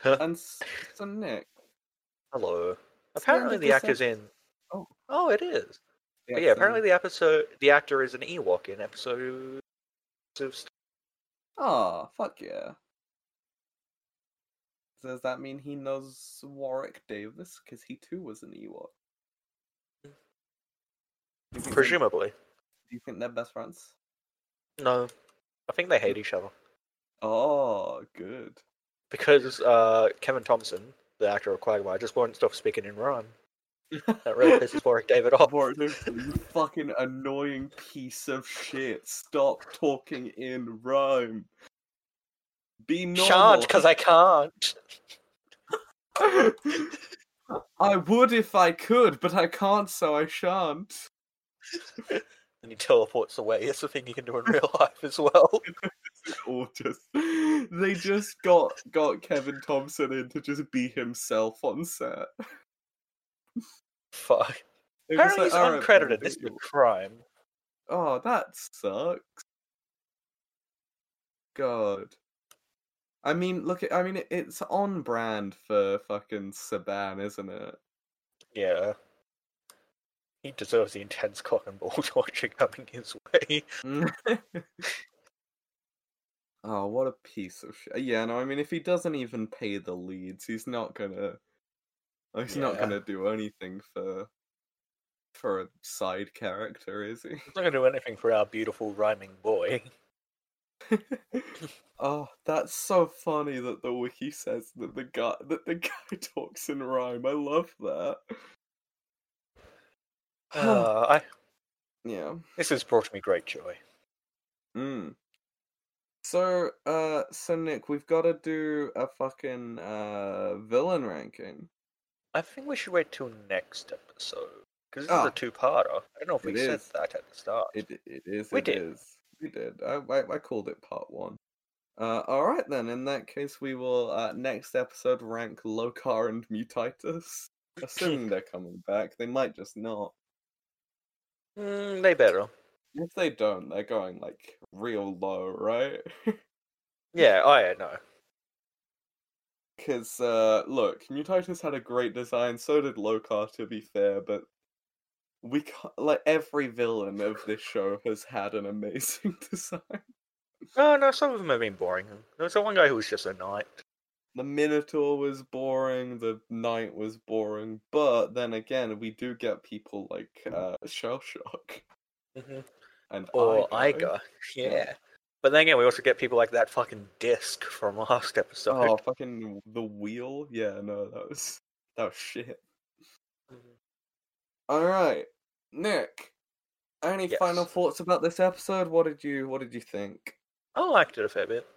A: And s- so Nick,
B: Hello.
A: It's the end
B: Apparently
A: of
B: the
A: the
B: actor's in.
A: Oh.
B: Oh, it is.
A: the
B: But yeah,
A: actor-
B: apparently the episode, the actor is an Ewok in episode. of St-
A: ah, fuck yeah. Does that mean he knows Warwick Davis? Because he too was an Ewok. Do you think they-
B: Presumably.
A: Do you think they're best friends?
B: No. I think they hate each other
A: Oh, good.
B: because uh, Kevin Thompson, the actor of Quagmire, just won't stop speaking in rhyme. That really pisses Warwick David off.
A: Warwick Davis, you fucking annoying piece of shit. Stop talking in rhyme. Be normal.
B: Shan't, because I can't.
A: I would if I could, but I can't, so I shan't.
B: And he teleports away. That's the thing you can do in real life as well.
A: Or just they just got got Kevin Thompson in to just be himself on set.
B: Fuck.
A: They were just
B: Apparently he's
A: like, "Alright,
B: uncredited.
A: Brendan,
B: This is
A: you-
B: a crime.
A: Oh, that sucks. God. I mean, look. At, I mean, it- it's on brand for fucking Saban, isn't it?
B: Yeah. He deserves the intense cock and ball torture coming his way.
A: oh, what a piece of shit. Yeah, no, I mean, if he doesn't even pay the leads, he's not gonna. uh, He's not
B: Yeah.
A: gonna do anything for. For a side character, is he?
B: He's not going to do anything for our beautiful rhyming boy.
A: oh, that's so funny that the wiki says that the guy that the guy talks in rhyme. I love that.
B: Uh, I,
A: Yeah.
B: this has brought me great joy.
A: Mm. So, uh, so Nick, we've got to do a fucking uh villain ranking.
B: I think we should wait till next episode. Because this
A: Ah.
B: is a two-parter. I don't know if we
A: It
B: said
A: is.
B: that at the start.
A: It it is.
B: We
A: it
B: did.
A: is. We did. I, I I called it part one. Uh, all right then. In that case, we will uh, next episode rank Lokar and Mutitus, assuming they're coming back. They might just not.
B: Mm, they better.
A: If they don't, they're going like real low, right?
B: Yeah, oh yeah, no.
A: Because uh, look, Mutatus had a great design. So did Lokar, to be fair. But we can't, like every villain of this show has had an amazing design.
B: No, no, some of them have been boring. There was that one guy who was just a knight.
A: The Minotaur was boring. The Knight was boring. But then again, we do get people like uh, Shell Shock Mm-hmm. and
B: Or
A: Igo.
B: Iga. Yeah. But then again, we also get people like that fucking disc from last episode.
A: Oh, fucking the wheel. Yeah, no, that was that was shit. Oh. All right, Nick. Any final
B: Yes.
A: thoughts about this episode? What did you What did you think?
B: I liked it a fair bit.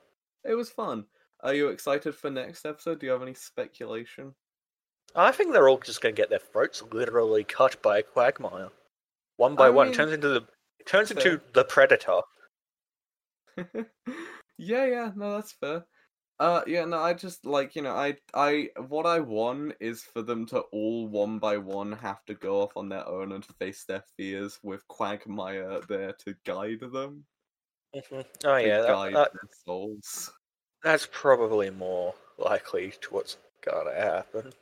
A: It was fun. Are you excited for next episode? Do you have any speculation?
B: I think they're all just going to get their throats literally cut by a quagmire, one by
A: I
B: one.
A: mean-
B: turns into the it turns
A: Fair.
B: into the predator.
A: yeah, yeah, no, that's fair. Uh, yeah, no, I just like you know, I, I, what I want is for them to all one by one have to go off on their own and face their fears with Quagmire there to guide them.
B: Oh
A: to
B: yeah, that,
A: guide
B: that,
A: their souls.
B: that's probably more likely to what's going to happen.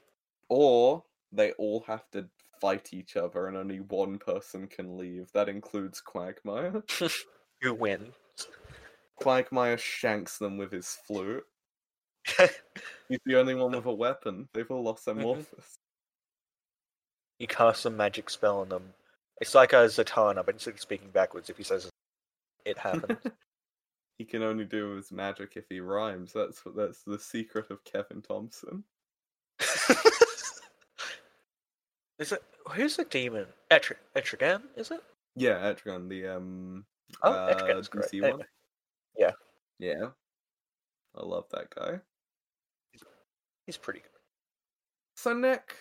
A: Or they all have to fight each other, and only one person can leave. That includes Quagmire.
B: You win.
A: Quagmire shanks them with his flute. He's the only one with a weapon. They've all lost their
B: Mhm.
A: morphus.
B: you cast some magic spell on them. It's like a Zatanna, but instead of speaking backwards, if he says it happens.
A: he can only do his magic if he rhymes. That's what that's the secret of Kevin Thompson.
B: is it who's the demon? Etri- Etrigan, is it?
A: Yeah, Etrigan, the um
B: Oh,
A: uh,
B: Etrigan's great.
A: DC
B: Anyway,
A: one.
B: yeah.
A: Yeah. I love that guy.
B: He's pretty good.
A: So Nick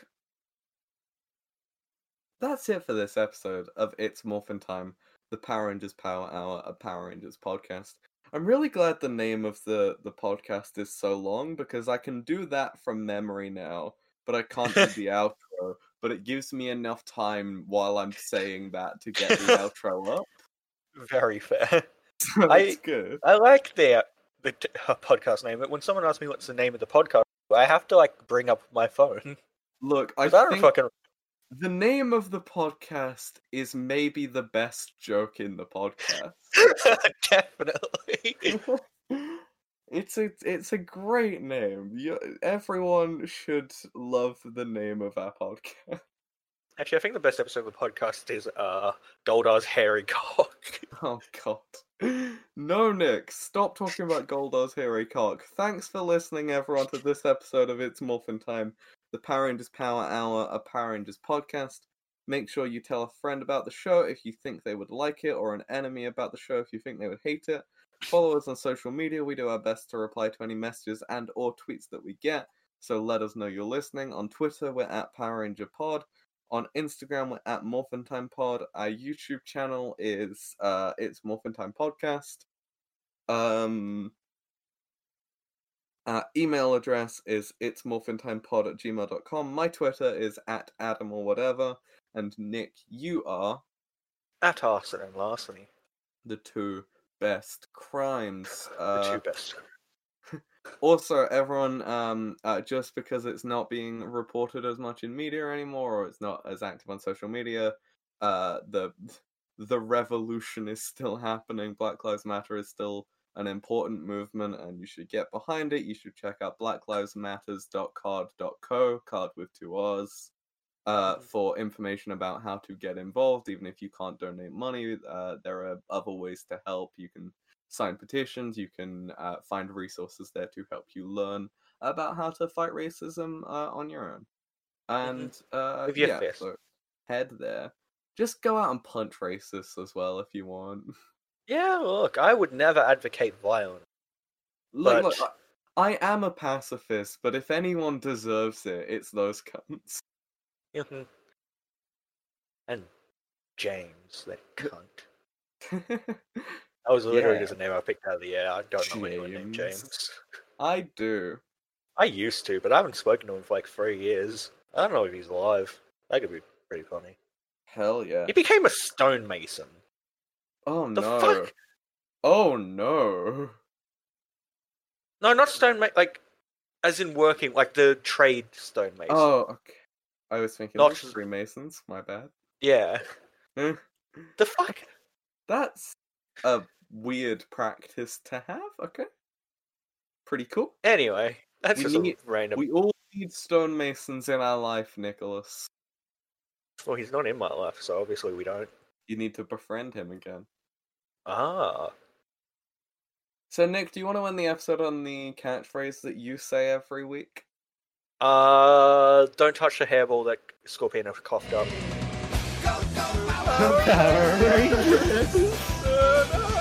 A: That's it for this episode of It's Morphin Time, the Power Rangers Power Hour, a Power Rangers podcast. I'm really glad the name of the, the podcast is so long because I can do that from memory now, but I can't do the outro. But it gives me enough time while I'm saying that to get the outro up.
B: Very fair.
A: So
B: I-
A: it's good.
B: I like the the t- podcast name, but when someone asks me what's the name of the podcast, I have to like bring up my phone.
A: Look, I
B: I don't
A: think
B: fucking.
A: the name of the podcast is maybe the best joke in the podcast.
B: Definitely.
A: it's a it's a great name. You, everyone should love the name of our podcast.
B: Actually, I think the best episode of the podcast is uh Goldar's hairy cock.
A: Oh god. No, Nick, stop talking about Goldar's hairy cock. Thanks for listening, everyone, to this episode of It's Morphin Time, the Power Rangers Power Hour, a Power Rangers podcast. Make sure you tell a friend about the show if you think they would like it, or an enemy about the show if you think they would hate it. Follow us on social media. We do our best to reply to any messages and or tweets that we get. So let us know you're listening. On Twitter, we're at Power Ranger Pod. On Instagram, we're at Morphin Time Pod. Our YouTube channel is uh, it's Morphin Time Podcast. Um, our email address is it's morphintimepod at gmail.com. My Twitter is at Adam or whatever. And Nick, you are
B: At arson and larceny,
A: the two best crimes.
B: the
A: Uh,
B: two best.
A: also everyone um uh, just because it's not being reported as much in media anymore or it's not as active on social media uh the the revolution is still happening black lives matter is still an important movement and you should get behind it you should check out blacklivesmatters.card.co card with two r's uh,
B: Mhm.
A: for information about how to get involved even if you can't donate money uh, there are other ways to help you can sign petitions. You can uh, find resources there to help you learn about how to fight racism uh, on your own. And uh,
B: With your
A: yeah,
B: fist.
A: so head there. Just go out and punch racists as well if you want.
B: Yeah, look, I would never advocate violence.
A: Look, look,
B: But-
A: I, I am a pacifist, but if anyone deserves it, it's those cunts.
B: Mhm. and James, that cunt. That was literally just a name I picked out of the air. I don't know anyone named
A: James.
B: James.
A: I do.
B: I used to, but I haven't spoken to him for like three years. I don't know if he's alive. That could be pretty funny.
A: Hell yeah.
B: He became a stonemason.
A: Oh
B: The
A: no.
B: fuck?
A: Oh no.
B: No, not stonemason. Like, as in working, like the trade stonemason.
A: Oh, okay. I was thinking
B: Not
A: like
B: just-
A: Freemasons. My bad.
B: Yeah.
A: Hmm.
B: the fuck?
A: That's a weird practice to have. Okay. Pretty cool.
B: Anyway, that's
A: We
B: just a
A: need-
B: random.
A: We all need stonemasons in our life, Nicholas.
B: Well, he's not in my life, so obviously we don't.
A: You need to befriend him again.
B: Ah.
A: So, Nick, do you want to end the episode on the catchphrase that you say every week?
B: Uh, don't touch the hairball that Scorpion have coughed up.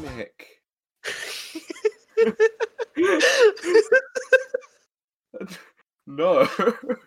A: Nick. no.